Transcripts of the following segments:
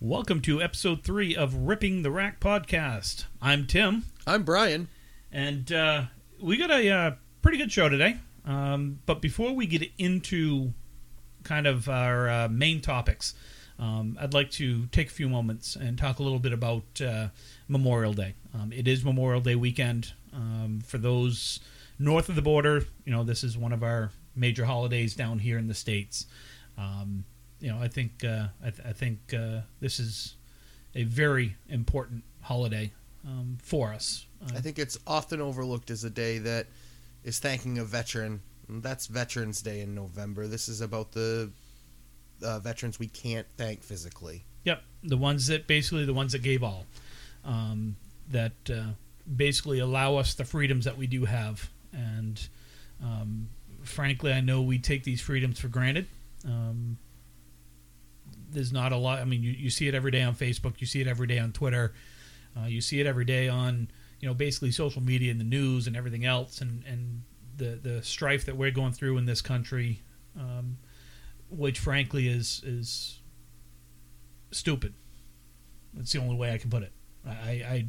Welcome to episode three of Ripping the Rack podcast. I'm Tim, I'm Brian. and uh, we got a uh, pretty good show today. Um, but before we get into kind of our uh, main topics, um, I'd like to take a few moments and talk a little bit about uh, Memorial Day. Um, it is Memorial Day weekend. Um, for those north of the border, you know, this is one of our major holidays down here in the States. Um, you know, I think uh, I, th- I think uh, this is a very important holiday um, for us. Uh, I think it's often overlooked as a day that is thanking a veteran. And That's Veterans Day in November. This is about the uh, veterans we can't thank physically. Yep, the ones that basically the ones that gave all, um, that uh, basically allow us the freedoms that we do have, and um, frankly, I know we take these freedoms for granted. Um, there's not a lot. I mean, you, you see it every day on Facebook. You see it every day on Twitter. Uh, you see it every day on you know basically social media and the news and everything else, and and the the strife that we're going through in this country, um, which frankly is is stupid. That's the only way I can put it. I, I,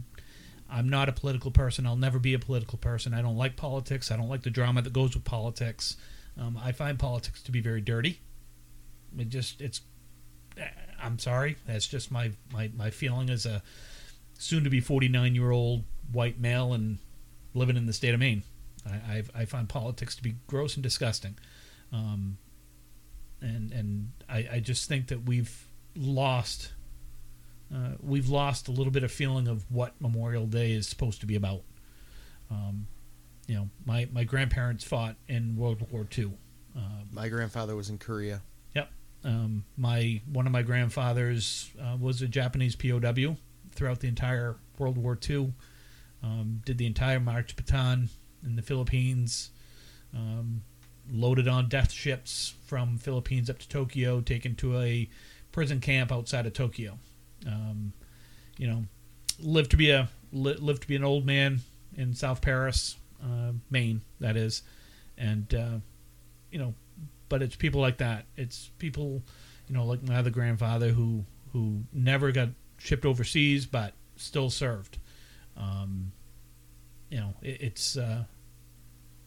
I'm not a political person. I'll never be a political person. I don't like politics. I don't like the drama that goes with politics. Um, I find politics to be very dirty. It just, it's, eh, I'm sorry. That's just my, my, my feeling as a soon to be 49 year old white male and living in the state of Maine. I, I've, I find politics to be gross and disgusting. Um, and, and I, I just think that we've lost uh, we've lost a little bit of feeling of what Memorial Day is supposed to be about. Um, you know, my, my grandparents fought in World War II. Uh, My grandfather was in Korea. Yep. Um, my one of my grandfathers uh, was a Japanese POW throughout the entire World War II. Um, did the entire March Baton in the Philippines. Um, loaded on death ships from Philippines up to Tokyo, taken to a prison camp outside of Tokyo. Um, you know, lived to be a li- lived to be an old man in South Paris, uh, Maine, that is, and uh, you know, but it's people like that. It's people, you know, like my other grandfather who who never got shipped overseas, but still served. Um, you know, it, it's uh,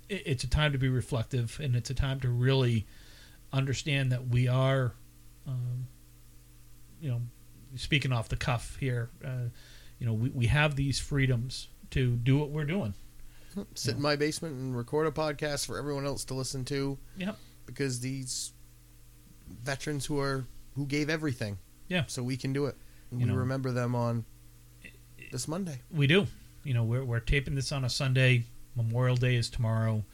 it, it's a time to be reflective, and it's a time to really understand that we are, um, you know, speaking off the cuff here. Uh, you know, we, we have these freedoms to do what we're doing. Sit in my basement and record a podcast for everyone else to listen to Yep. because these veterans who are who gave everything. Yeah. So we can do it. And You we know. remember them on this Monday. We do. You know, we're, we're taping this on a Sunday. Memorial Day is tomorrow.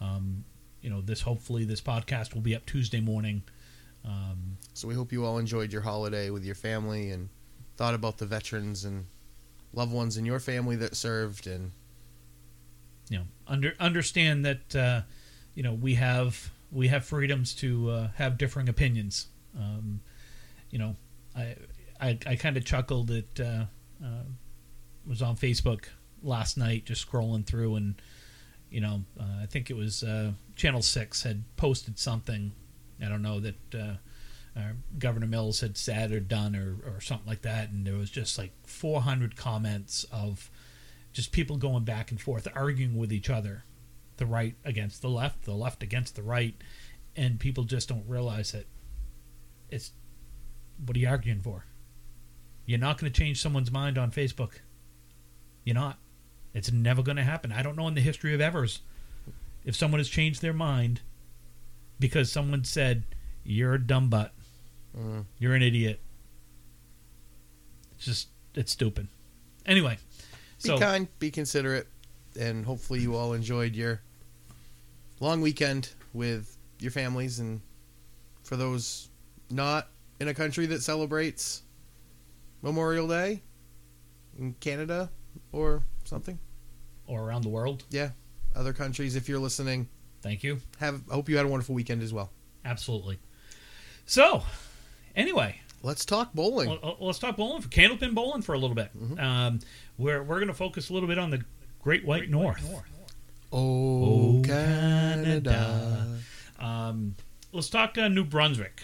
Um, you know, this hopefully this podcast will be up Tuesday morning. Um, So we hope you all enjoyed your holiday with your family and thought about the veterans and loved ones in your family that served and you know, under understand that uh, you know we have we have freedoms to uh, have differing opinions. Um, you know, I I, I kind of chuckled at uh, uh, was on Facebook last night, just scrolling through, and you know, uh, I think it was uh, Channel Six had posted something. I don't know that uh, uh, Governor Mills had said or done or or something like that, and there was just like 400 comments of just people going back and forth, arguing with each other, the right against the left, the left against the right, and people just don't realize that it's what are you arguing for? You're not going to change someone's mind on Facebook. You're not. It's never going to happen. I don't know in the history of evers if someone has changed their mind because someone said you're a dumb butt, Mm. you're an idiot. It's just it's stupid. Anyway, be so kind, be considerate, and hopefully you all enjoyed your long weekend with your families and for those not in a country that celebrates Memorial Day in Canada or something. or around the world. Yeah. Other countries if you're listening, Thank you. have I hope you had a wonderful weekend as well. Absolutely. So, anyway, Let's talk bowling. let- let's talk bowling for candlepin bowling for a little bit. Um, we're we're going to focus a little bit on the Great White North. Oh, Oh, Canada. Um, let's talk uh, New Brunswick.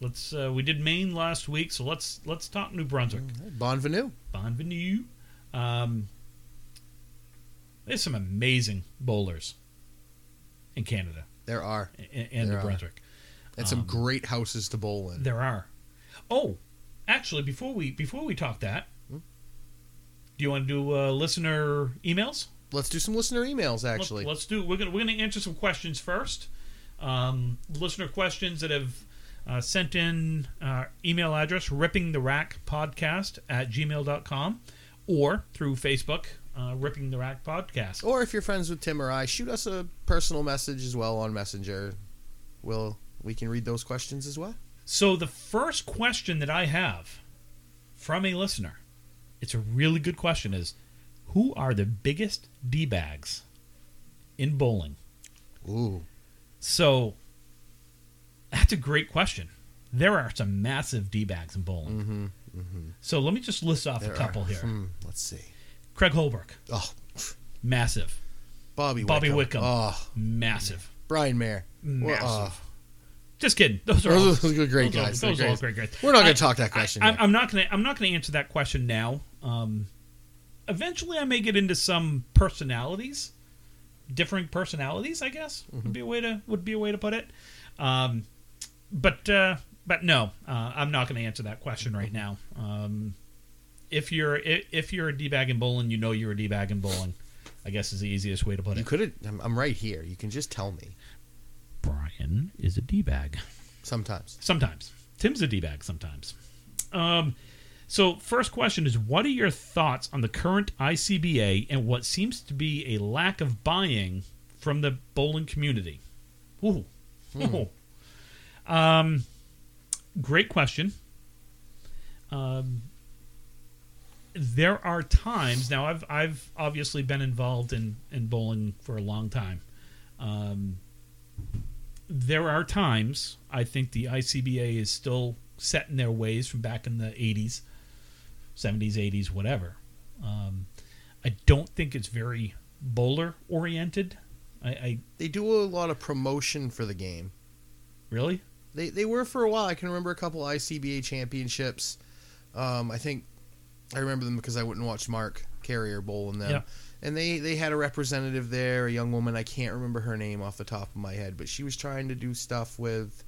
Let's. Uh, we did Maine last week, so let's let's talk New Brunswick. Bonvenue. Bonvenue. Um, there's some amazing bowlers in Canada There are. and, and There New are. Brunswick. And some Um, great houses to bowl in. There are. Oh, actually, before we before we talk that, do you want to do uh, listener emails? Let's do some listener emails, Let- actually. let's do. We're gonna we're gonna answer some questions first. Um, listener questions that have uh, sent in uh, email address ripping the rack podcast at gmail.com or through Facebook uh, ripping the rack podcast. Or if you're friends with Tim or I, shoot us a personal message as well on Messenger. We'll, we can read those questions as well. So the first question that I have from a listener, it's a really good question is who are the biggest D bags in bowling? Ooh. So that's a great question. There are some massive D bags in bowling. Mm-hmm. So let me just list off a couple here. Hmm, let's see. Craig Holbrook, Oh, massive, Bobby Wickham. Bobby Wickham. Oh, massive, Brian Mayer. uh, massive. Well, Just kidding. Those oh. are all, Those are great those are- guys. They're Those are all great. great guys. We're not I- going to talk that question. I, yet. I'm not gonna. I'm not gonna answer that question now. Um, eventually, I may get into some personalities, differing personalities. I guess Mm-hmm. would be a way to would be a way to put it. Um, but uh, but no, uh, I'm not gonna answer that question right now. Um, if you're if, if you're a d bag in bowling, you know you're a d bag in bowling. I guess is the easiest way to put you it. could have. I'm, I'm right here. You can just tell me Brian is a d bag. sometimes. Sometimes. Tim's a D bag sometimes. Um, so, first question is What are your thoughts on the current ICBA and what seems to be a lack of buying from the bowling community? Ooh. Ooh. Um, great question. Um, there are times now. I've I've obviously been involved in in bowling for a long time. Um, there are times I think the ICBA is still set in their ways from back in the 80s, 70s, 80s, whatever. Um, I don't think it's very bowler oriented. I, I They do a lot of promotion for the game. really They they were for a while. I can remember a couple ICBA championships. Um, I think I remember them because I wouldn't watch Mark Carrier bowl in them. Yeah. And they they had a representative there, a young woman. I can't remember her name off the top of my head, but she was trying to do stuff with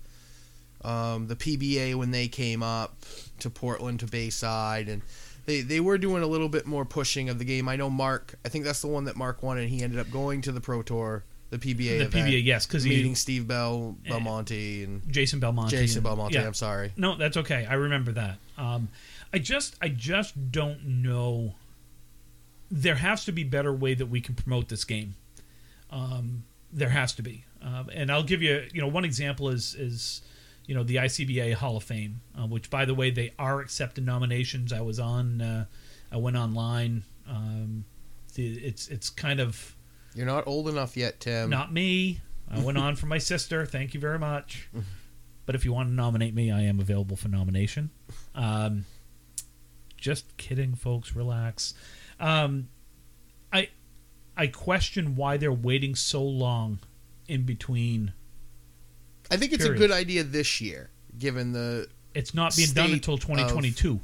um, the PBA when they came up to Portland to Bayside and. They, they were doing a little bit more pushing of the game. I know Mark. I think that's the one that Mark won, and he ended up going to the Pro Tour, the PBA the event, PBA yes because meeting he Eh. Steve Bell, Belmonte, and Jason Belmonte Jason and- Belmonte. yeah. I'm sorry. No, that's okay. I remember that. Um, I just I just don't know. There has to be better way that we can promote this game. Um, there has to be, um, and I'll give you you know one example is is you know the ICBA Hall of Fame, uh, which by the way they are accepting nominations. I was on, uh, I went online. Um, the, it's it's kind of You're not old enough yet, Tim. not me. I went on for my sister. Thank you very much. But if you want to nominate me, I am available for nomination. Um, just kidding, folks. Relax. Um, I I question why they're waiting so long in between. I think it's Period. a good idea this year, given the It's not being done State until 2022.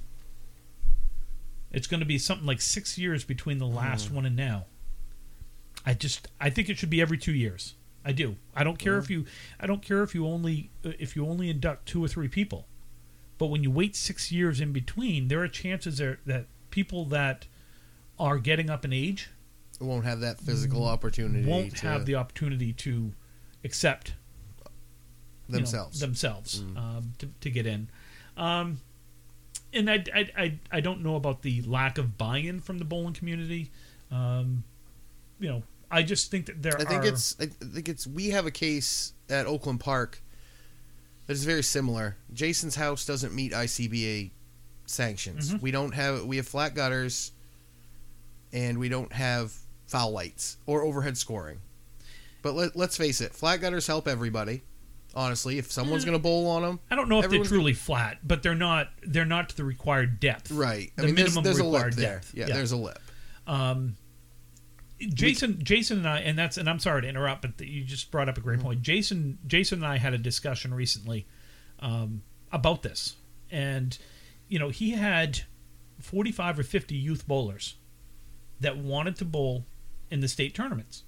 It's going to be something like six years between the last one and now. I just I think it should be every two years. I do. I don't care if you I don't care if you only uh, if you only induct two or three people, but when you wait six years in between, there are chances there that people that are getting up in age won't have that physical opportunity. Mm, won't to have the opportunity to accept you know, themselves. themselves um, to, to get in. Um, and I, I, I, I don't know about the lack of buy-in from the bowling community. Um, you know, I just think that there I think are it's. I think it's. We have a case at Oakland Park that is very similar. Jason's house doesn't meet ICBA sanctions. Mhm. We don't have. We have flat gutters, and we don't have foul lights or overhead scoring. But let, let's face it, flat gutters help everybody. Honestly, if someone's Mm. going to bowl on them, I don't know if they're everyone's- truly flat, but they're not they're not to the required depth. Right. I The mean, there's, minimum there's a lip required there. depth. Yeah, Yeah. there's a lip. Um, Jason, Jason and I, and that's, and I'm sorry to interrupt, but you just brought up a great point. Jason, Jason and I had a discussion recently um, about this, and you know he had forty-five or fifty youth bowlers that wanted to bowl in the state tournaments.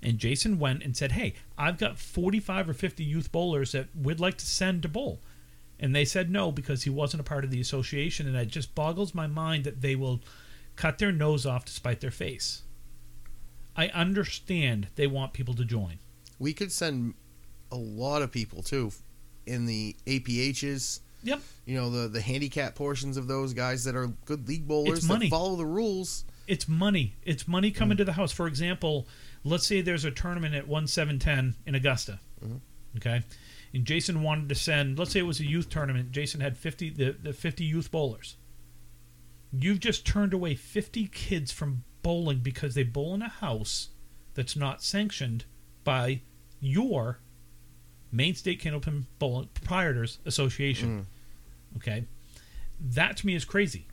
And Jason went and said, Hey, I've got 45 or 50 youth bowlers that we'd like to send to bowl. And they said no because he wasn't a part of the association. And it just boggles my mind that they will cut their nose off to spite their face. I understand they want people to join. We could send a lot of people too in the APHs. Yep. You know the the handicap portions of those guys that are good league bowlers It's money. that follow the rules. It's money. It's money coming to the house. For example, let's say there's a tournament at 1710 in Augusta. Okay. And Jason wanted to send, let's say it was a youth tournament. Jason had 50 the, the 50 youth bowlers. You've just turned away 50 kids from bowling because they bowl in a house that's not sanctioned by your Main State Candlepin Bowling Proprietors Association. Okay. That to me is crazy.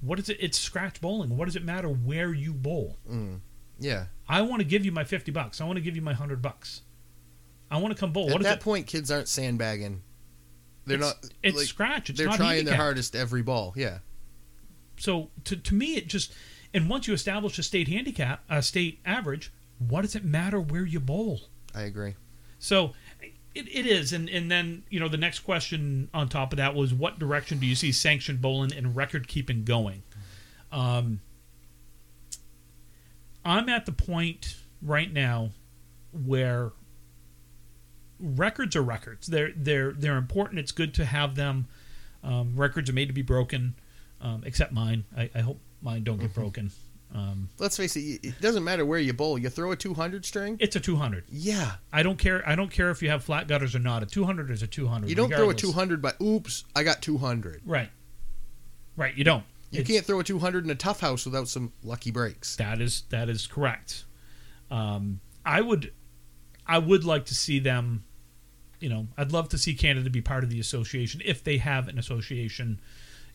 What is it? It's scratch bowling. What does it matter where you bowl? Yeah. I want to give you my 50 bucks. I want to give you my 100 bucks. I want to come bowl. At What is that it? point, kids aren't sandbagging. They're It's- not. it's like, scratch. It's they're not trying their handicap. hardest every ball. Yeah. So to, to me, it just, and once you establish a state handicap, a state average, what does it matter where you bowl? I agree. So it, it is. And, and then, you know, the next question on top of that was what direction do you see sanctioned bowling and record keeping going? Um, I'm at the point right now where records are records. They're they're they're important. It's good to have them. Um, records are made to be broken, um, except mine. I, I hope mine don't Mm-hmm. get broken. Um, Let's face it. It doesn't matter where you bowl. You throw a two hundred string. it's a 200. Yeah. I don't care. I don't care if you have flat gutters or not. A 200 is a 200. You don't throw a regardless. two hundred by. Oops! I got two hundred. Right. Right. You don't. You It's- can't throw a two hundred in a tough house without some lucky breaks. That is that is correct. Um, I would, I would like to see them. You know, I'd love to see Canada be part of the association if they have an association.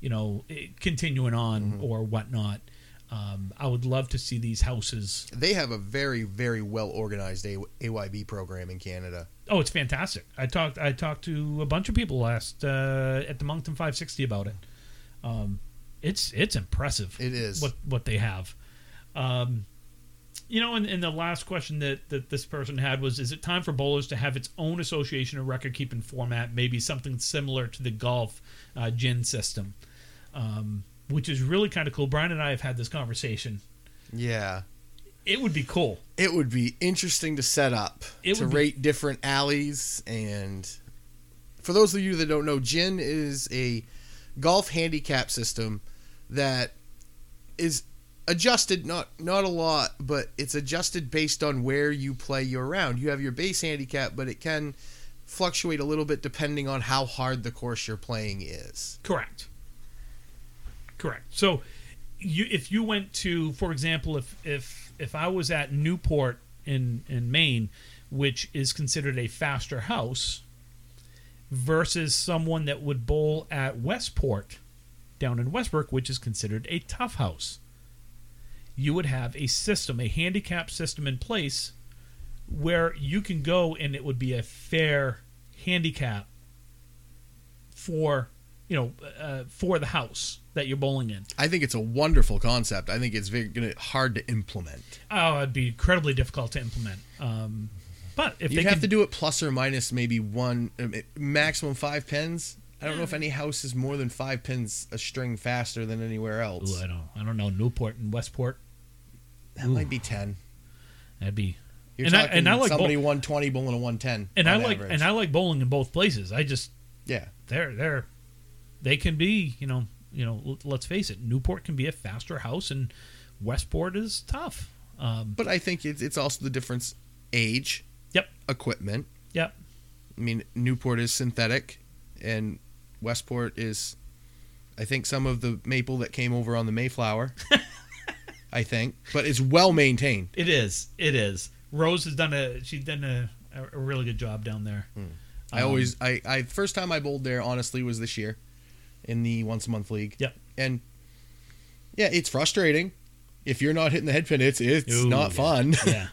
You know, eh, continuing on Mm-hmm. or whatnot. Um, I would love to see these houses. They have a very very well organized a- AYB program in Canada. Oh, it's fantastic. I talked. I talked to a bunch of people last uh, at the Moncton 560 about it. Um, it's it's impressive. It is. what what they have. Um, you know, and, and the last question that, that this person had was: Is it time for bowlers to have its own association or record keeping format? Maybe something similar to the golf uh, gin system, um, which is really kind of cool. Brian and I have had this conversation. Yeah. It would be cool. It would be interesting to set up It to would be- rate different alleys and for those of you that don't know, gin is a golf handicap system that is adjusted not not a lot, but it's adjusted based on where you play your round. You have your base handicap, but it can fluctuate a little bit depending on how hard the course you're playing is. Correct. Correct. So, you if you went to, for example, if if if I was at Newport in in Maine, which is considered a faster house, versus someone that would bowl at Westport, down in Westbrook, which is considered a tough house, you would have a system, a handicap system in place, where you can go and it would be a fair handicap for you know uh, for the house that you're bowling in. I think it's a wonderful concept. I think it's very gonna, hard to implement. Oh, it'd be incredibly difficult to implement. Um, but if You'd they have could, to do it plus or minus maybe one, um, maximum five pins. I don't know if any house is more than five pins a string faster than anywhere else. Ooh, I don't I don't know Newport and Westport. That might be ten. That'd be You're And I- talking and I like somebody both. one twenty bowling a one ten. and I like and I like bowling in both places. I just yeah. they're they're they can be you know you know l- let's face it Newport can be a faster house and Westport is tough. Um, But I think it's it's also the difference age, yep equipment. yep I mean Newport is synthetic, and Westport is, I think some of the maple that came over on the Mayflower. I think, but it's well maintained. it is it is. Rose has done a she's done a, a- a really good job down there. Hmm. Um, I always I, I first time I bowled there honestly was this year in the once a month league. Yep. And yeah, it's frustrating. If you're not hitting the headpin, it's it's Ooh, not yeah. fun. yeah,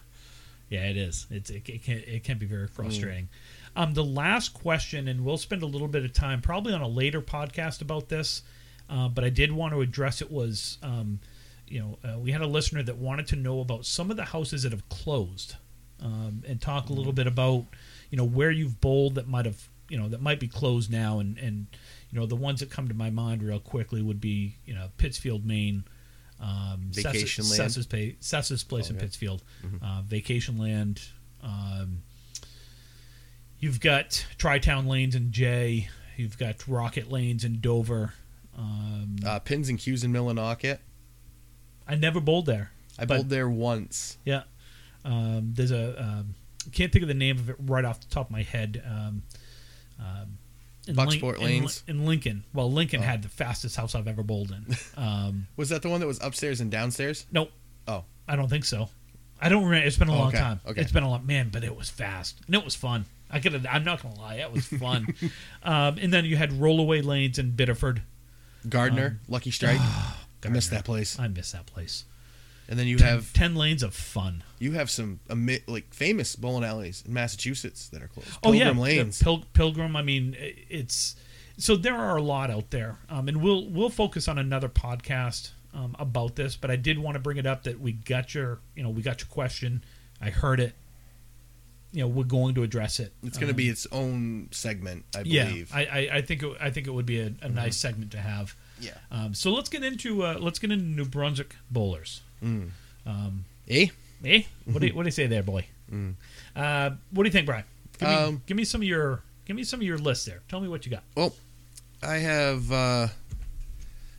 yeah, it is. It's it, it can it can be very frustrating. Um, the last question, and we'll spend a little bit of time probably on a later podcast about this, uh, but I did want to address it was, um, you know, uh, we had a listener that wanted to know about some of the houses that have closed, um, and talk a little Mm-hmm. bit about, you know, where you've bowled that might have, you know, that might be closed now, and and you know, the ones that come to my mind real quickly would be, you know, Pittsfield, Maine. Um, Vacation Sessis, land. Sessis Pa- Sessis Place Oh, in yeah. Pittsfield, uh, Vacation Land. Um, You've got Tri Town Lanes in Jay. You've got Rocket Lanes in Dover. Um, Uh, pins and Q's in Millinocket. I never bowled there. I But- bowled there once. Yeah. Um, there's a. Um, I can't think of the name of it right off the top of my head. Um, um, in Bucksport in Lin- Lanes? In, Lincoln. Well, Lincoln Oh. had the fastest house I've ever bowled in. Um, Was that the one that was upstairs and downstairs? nope. Oh, I don't think so. I don't remember. It's been a Oh, long okay, time. okay. It's been a long man, but it was fast and it was fun. I could. I'm not gonna lie. It was fun. um, and then you had rollaway lanes in Biddeford. Gardner, Um, Lucky Strike. I missed that place. I miss that place. And then you Ten, have ten lanes of fun. you have some ami- like famous bowling alleys in Massachusetts that are closed. Oh yeah, Pilgrim Lanes. Pil- Pilgrim. I mean, i- it's so there are a lot out there, um, and we'll we'll focus on another podcast um, about this. But I did want to bring it up that we got your you know we got your question. I heard it. You know, we're going to address it. it's going to Um, be its own segment, I yeah. believe. I, I I think it, I think it would be a, a nice segment to have. Mm-hmm. Yeah. Um, so let's get into uh, let's get into New Brunswick bowlers. eh? Eh? What do you, what do you say there, boy? Uh, what do you think, Brian? Give me, Mm. Um, give me some of your give me some of your list there. Tell me what you got. Well, I have uh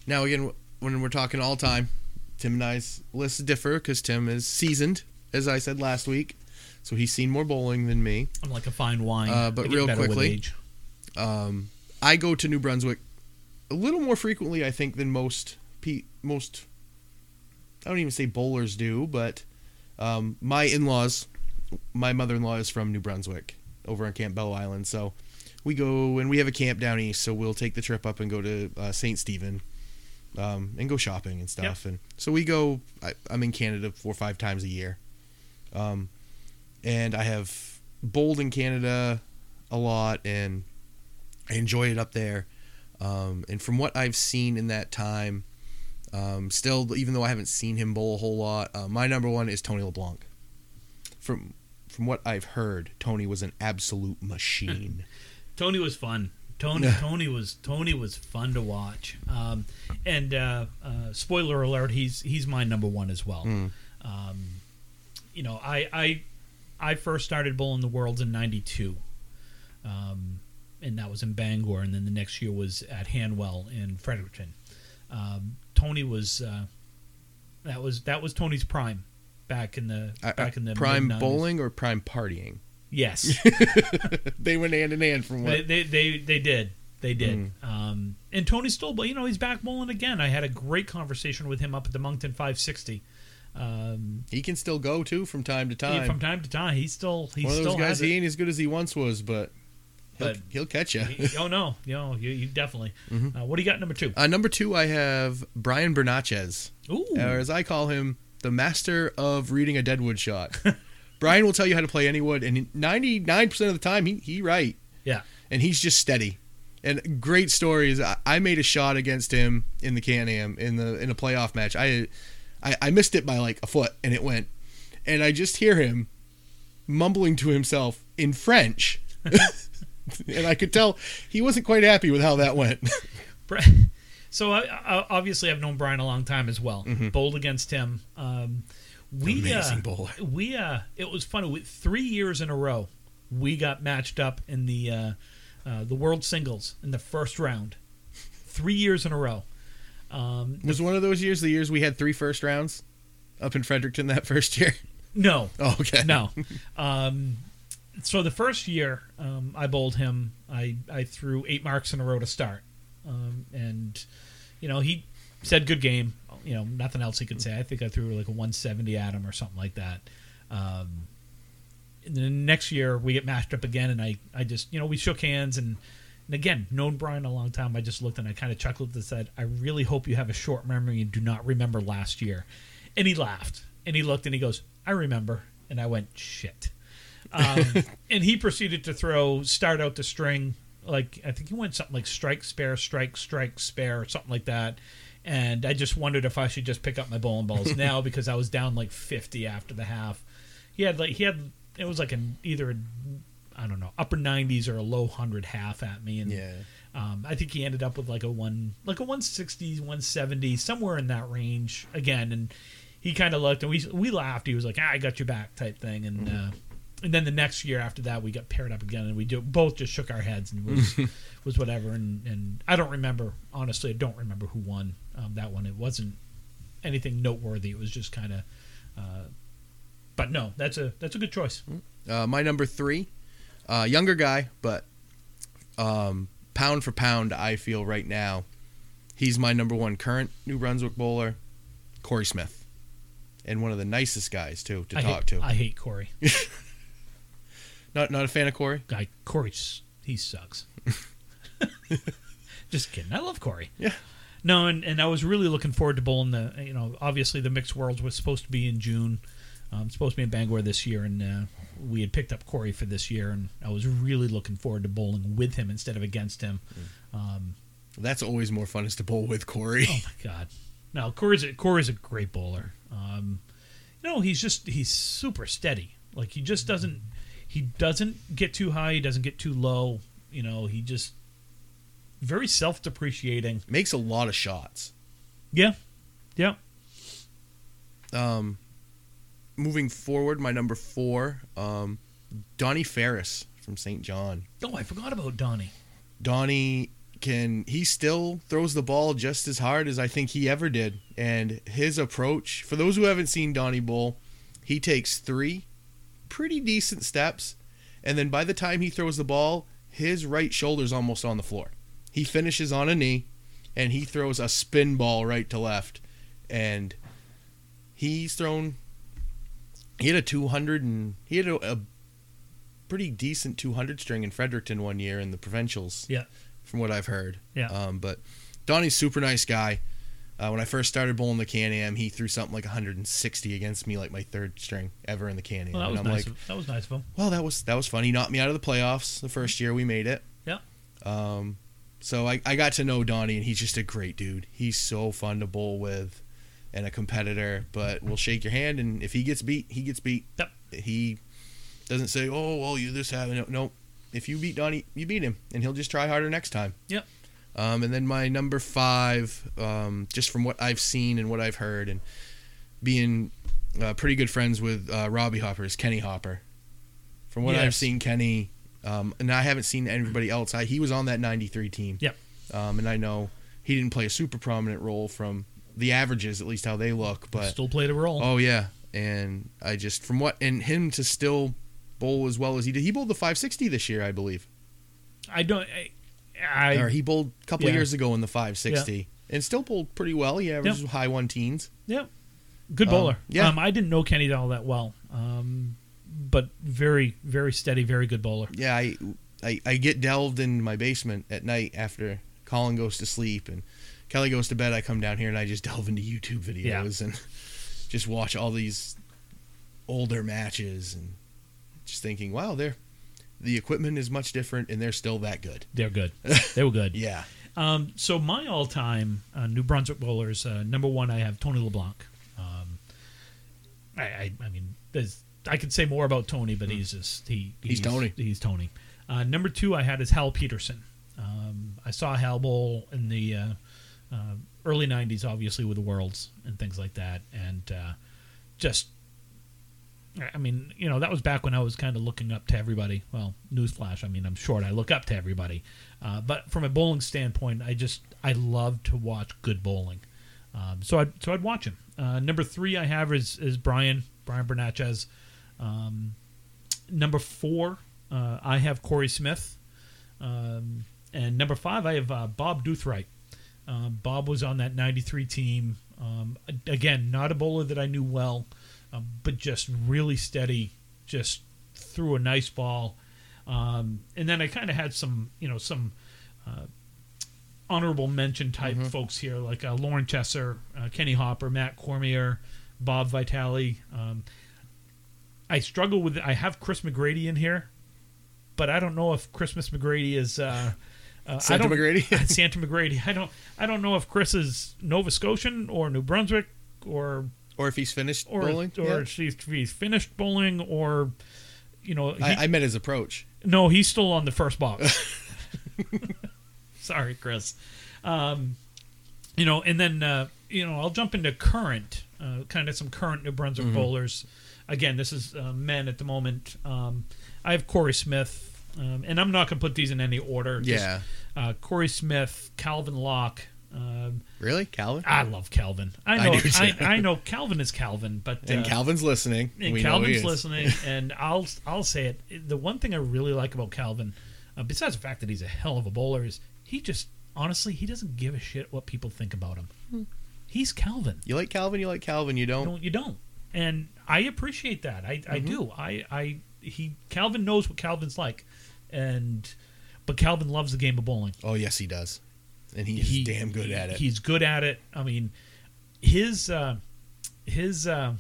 now again when we're talking all time, Tim and I's lists differ because Tim is seasoned, as I said last week, so he's seen more bowling than me. I'm like a fine wine. Uh, but I get real better with quickly- age. Um, I go to New Brunswick a little more frequently, I think, than most pe- most. I don't even say bowlers do, but um, my in-laws, my mother-in-law is from New Brunswick, over on Campbell Island, so we go and we have a camp down east, so we'll take the trip up and go to uh, Saint Stephen, um, and go shopping and stuff, and so we go. I, I'm in Canada four or five times a year, um, and I have bowled in Canada a lot and I enjoyed it up there. Um, and from what I've seen in that time, um, still, even though I haven't seen him bowl a whole lot, uh, my number one is Tony LeBlanc. From from what I've heard, Tony was an absolute machine. Tony was fun. Tony Tony was Tony was fun to watch. Um, and uh, uh, spoiler alert, he's he's my number one as well. Hmm. Um, you know, I I I first started bowling the worlds in '92, um, and that was in Bangor, and then the next year was at Hanwell in Fredericton. Um, Tony was uh, that was that was Tony's prime back in the I- I- back in the Uh, prime mid-nineties. bowling or prime partying? Yes. They went hand in hand from They, what? Hmm. they they they did. They did. Um, and Tony Stolba, you know, he's back bowling again. I had a great conversation with him up at the Moncton 560. Um, He can still go too from time to he- time. from time to time, he's still he's One of still those guys, has it. he ain't as good as he once was, but he'll, But- he'll catch you. He- oh no, no, you, you definitely. Uh, what do you got number two? Uh, number two, I have Brian Bernatchez. Ooh, or as I call him, the master of reading a deadwood shot. Brian will tell you how to play any wood, and ninety nine percent of the time, he he right, yeah, and he's just steady. And great stories. I, I made a shot against him in the Can Am in the in a playoff match. I, I I missed it by like a foot, and it went. And I just hear him mumbling to himself in French. and I could tell he wasn't quite happy with how that went. Bri- So I, I, obviously, I've known Brian a long time as well. Bowled against him. Um, we Mm-hmm. Amazing uh, bowler. We uh, it was funny. We, three years in a row, we got matched up in the uh, uh, the World Singles in the first round. Three years in a row. Um, Was one of those years the years we had three first rounds up in Fredericton that first year? no, Oh, okay. no. Um, so the first year um, I bowled him, I, I threw eight marks in a row to start, um, and you know he said good game. You know nothing else he could say. I think I threw like a 170 at him or something like that. Um, and then next year we get matched up again, and I I just you know we shook hands and. And again, known Brian a long time. I just looked and I kind of chuckled and said, "I really hope you have a short memory and do not remember last year." And he laughed and he looked and he goes, "I remember." And I went, "Shit." Um, and he proceeded to throw, start out the string. Like, I think he went something like strike, spare, strike, strike, spare, or something like that. And I just wondered if I should just pick up my bowling balls now because I was down like 50 after the half. He had like, he had, it was like an either, a, I don't know, upper 90s or a low 100 half at me. And Yeah. um, I think he ended up with like a one, like a 160, 170, somewhere in that range again. And he kind of looked, and we we laughed. He was like, ah, "I got your back," type thing. And Mm-hmm. uh, and then the next year after that, we got paired up again, and we do, both just shook our heads and was was whatever. And and I don't remember honestly. I don't remember who won um, that one. It wasn't anything noteworthy. It was just kind of. Uh, but no, that's a that's a good choice. Uh, my number three, uh, younger guy, but um, pound for pound, I feel right now, he's my number one current New Brunswick bowler, Corey Smith, and one of the nicest guys too to I talk hate, to. I hate Corey. Not not a fan of Corey. guy Corey s- he sucks. Just kidding. I love Corey. Yeah. No, and, and I was really looking forward to bowling the you know obviously the mixed worlds was supposed to be in June, um, supposed to be in Bangor this year, and uh, we had picked up Corey for this year, and I was really looking forward to bowling with him instead of against him. Um, That's always more fun is to bowl with Corey. oh my god, no Corey's a, Corey's a great bowler. Um, you know he's just he's super steady. Like he just doesn't he doesn't get too high, he doesn't get too low. You know he just very self depreciating. Makes a lot of shots. Yeah, yeah. Um, moving forward, my number four, um, Donnie Ferris from St. John. Oh, I forgot about Donnie. Donnie can he still throws the ball just as hard as I think he ever did. And his approach, for those who haven't seen Donnie Bull, he takes three pretty decent steps, and then by the time he throws the ball, his right shoulder's almost on the floor. He finishes on a knee and he throws a spin ball right to left. And he's thrown he had a 200 and he had a, a pretty decent 200 string in Fredericton one year in the provincials Yeah. from what I've heard. Yeah. Um, but Donnie's super nice guy. Uh, when I first started bowling the Can Am, he threw something like 160 against me, like my third string ever in the Can Am. Well, that and was I'm nice. like, of, that was nice of him. well, that was that was fun. He knocked me out of the playoffs the first year we made it. Yeah. Um, so I, I got to know Donnie, and he's just a great dude. He's so fun to bowl with, and a competitor. But we'll shake your hand, and if he gets beat, he gets beat. Yep. He doesn't say, "Oh, well, you this happened." No, no. If you beat Donnie, you beat him, and he'll just try harder next time. Yep. Um, and then my number five, um, just from what I've seen and what I've heard, and being uh, pretty good friends with uh, Robbie Hopper is Kenny Hopper. From what I've Yes. seen, Kenny, um, and I haven't seen anybody else. I, he was on that '93 team. Yep. Um, and I know he didn't play a super prominent role from the averages, at least how they look. But Still played a role. oh yeah, and I just from what and him to still bowl as well as he did. He bowled the 560 this year, I believe I don't. I, I or he bowled a couple Yeah. years ago in the 560 and still bowled pretty well. He averages high one teens. Yeah, good Um, bowler. yeah. um, I didn't know Kenny all that well, um, but very, very steady, very good bowler. Yeah, I, I I get delved in my basement at night after Colin goes to sleep and Kelly goes to bed. I come down here and I just delve into YouTube videos and just watch all these older matches and just thinking, wow, they're the equipment is much different and they're still that good. They're good. They were good. Yeah. Um, so my all-time uh, New Brunswick bowlers, uh, number one, I have Tony LeBlanc. Um, I, I, I mean, there's, I could say more about Tony, but he's just he, Hmm. He's Tony. He's Tony. Uh, number two, I had is Hal Peterson. Um, I saw Hal bowl in the uh, uh, early '90s, obviously with the Worlds and things like that, and uh, just. I- I mean, you know, that was back when I was kind of looking up to everybody. Well, newsflash, I mean, I'm short. I look up to everybody. Uh, but from a bowling standpoint, I just, I love to watch good bowling. Um, so I'd, so I'd watch him. Uh, number three I have is, is Brian, Brian Bernatchez. Um, number four, uh, I have Corey Smith. Um, and number five, I have uh, Bob Duthright. Um, Bob was on that 93 team. Um, a- again, not a bowler that I knew well, um, but just really steady, just threw a nice ball. Um, and then I kind of had some, you know, some uh, honorable mention type Mm-hmm. folks here, like uh, Lauren Chesser, uh, Kenny Hopper, Matt Cormier, Bob Vitale. Um, I struggle with. I have Chris McGrady in here, but I don't know if Christmas McGrady is. Uh, uh, Santa I don't, McGrady? Santa McGrady. I don't. I don't know if Chris is Nova Scotian or New Brunswick or or if he's finished or bowling. or Yeah. she's if he's finished bowling or you know he, I, I met his approach. no he's still on the first box. Sorry, Chris. Um, you know, and then uh, you know I'll jump into current uh, kind of some current New Brunswick Mm-hmm. bowlers. Again, this is uh, men at the moment. Um, I have Corey Smith. Um, and I'm not going to put these in any order. just, Yeah. uh, Corey Smith, Calvin Locke, um, Really, Calvin? I love Calvin. I I know. do, I, too. I, know Calvin is Calvin, but uh, and Calvin's listening. and we know he Calvin's is. listening, and I'll I'll say it. The one thing I really like about Calvin, uh, besides the fact that he's a hell of a bowler, is he just honestly he doesn't give a shit what people think about him. He's Calvin. You like Calvin? You like Calvin? You don't? No, you don't. And I appreciate that. I, I do. I, I he Calvin knows what Calvin's like, and but Calvin loves the game of bowling. Oh yes, he does, and he's He- damn good at it. He's good at it. I mean, his uh, his uh,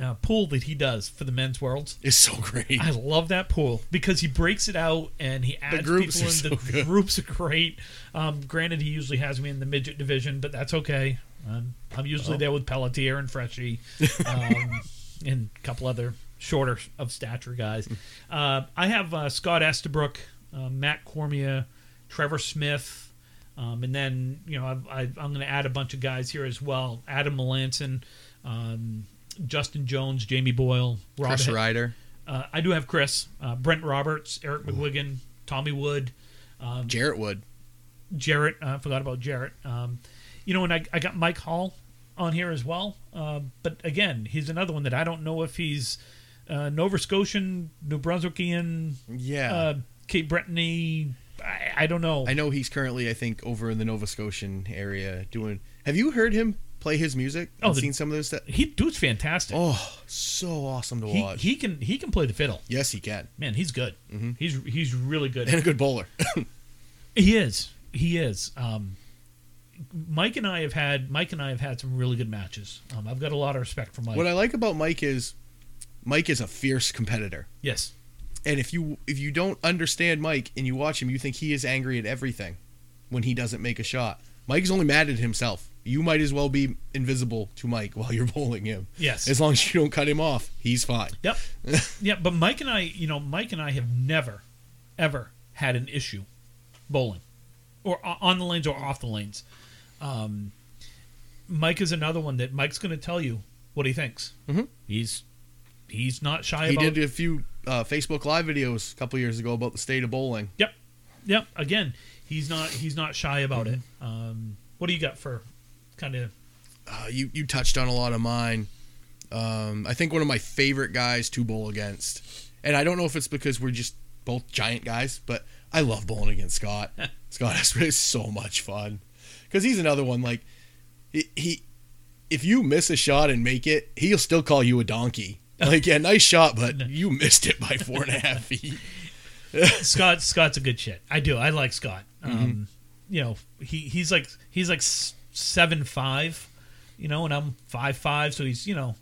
uh, pool that he does for the men's worlds. it's so great. I love that pool because he breaks it out and he adds groups people in. are the so good. groups are great. Um, granted, he usually has me in the midget division, but that's okay. Um, I'm usually there with Pelletier and Freshy um, and a couple other shorter of stature guys. Uh, I have uh, Scott Estabrook, uh, Matt Cormier, Trevor Smith, um, and then you know I've, I've, I'm going to add a bunch of guys here as well. Adam Melanson, um, Justin Jones, Jamie Boyle, Rob Chris Hen- Ryder. uh, I do have Chris, uh, Brent Roberts, Eric McGuigan, Tommy Wood, Um, Jarrett Wood. Jarrett. uh, I forgot about Jarrett. Um, you know, and I, I got Mike Hall on here as well. Uh, but again, he's another one that I don't know if he's uh, Nova Scotian, New Brunswickian, Yeah. uh, Cape Breton. I, I don't know. I know he's currently, I think, over in the Nova Scotian area doing. Have you heard him play his music? Oh, and the- seen some of those stuff. he dude's fantastic. Oh, so awesome to he, watch. he can he can play the fiddle. yes, he can, Man, he's good. Mm-hmm. He's he's really good. and a good bowler. He is. He is. Um, Mike and I have had Mike and I have had some really good matches. Um, I've got a lot of respect for Mike. what I like about Mike is, Mike is a fierce competitor, yes, and if you if you don't understand Mike and you watch him, you think he is angry at everything when he doesn't make a shot. Mike's only mad at himself. You might as well be invisible to Mike while you're bowling him. Yes. As long as you don't cut him off, he's fine. Yep. yeah, but Mike and I, you know, Mike and I have never, ever had an issue bowling or o- on the lanes or off the lanes. Um, Mike is another one that Mike's going to tell you what he thinks. Mm-hmm. He's he's not shy He about did a few uh, Facebook Live videos a couple years ago about the state of bowling. Yep. Yep. Again, he's not he's not shy Mm-hmm. about it. Um, what do you got for kind of Uh, you you touched on a lot of mine. Um, I think one of my favorite guys to bowl against, and I don't know if it's because we're just both giant guys, but I love bowling against Scott. Scott Esper is so much fun because he's another one. Like he, he, if you miss a shot and make it, he'll still call you a donkey. Like yeah, nice shot, but you missed it by four and a half feet. Scott Scott's a good shit. I do. I like Scott. Mm-hmm. Um, you know, he he's like he's like s- seven five, you know, and I'm five five, so he's you know,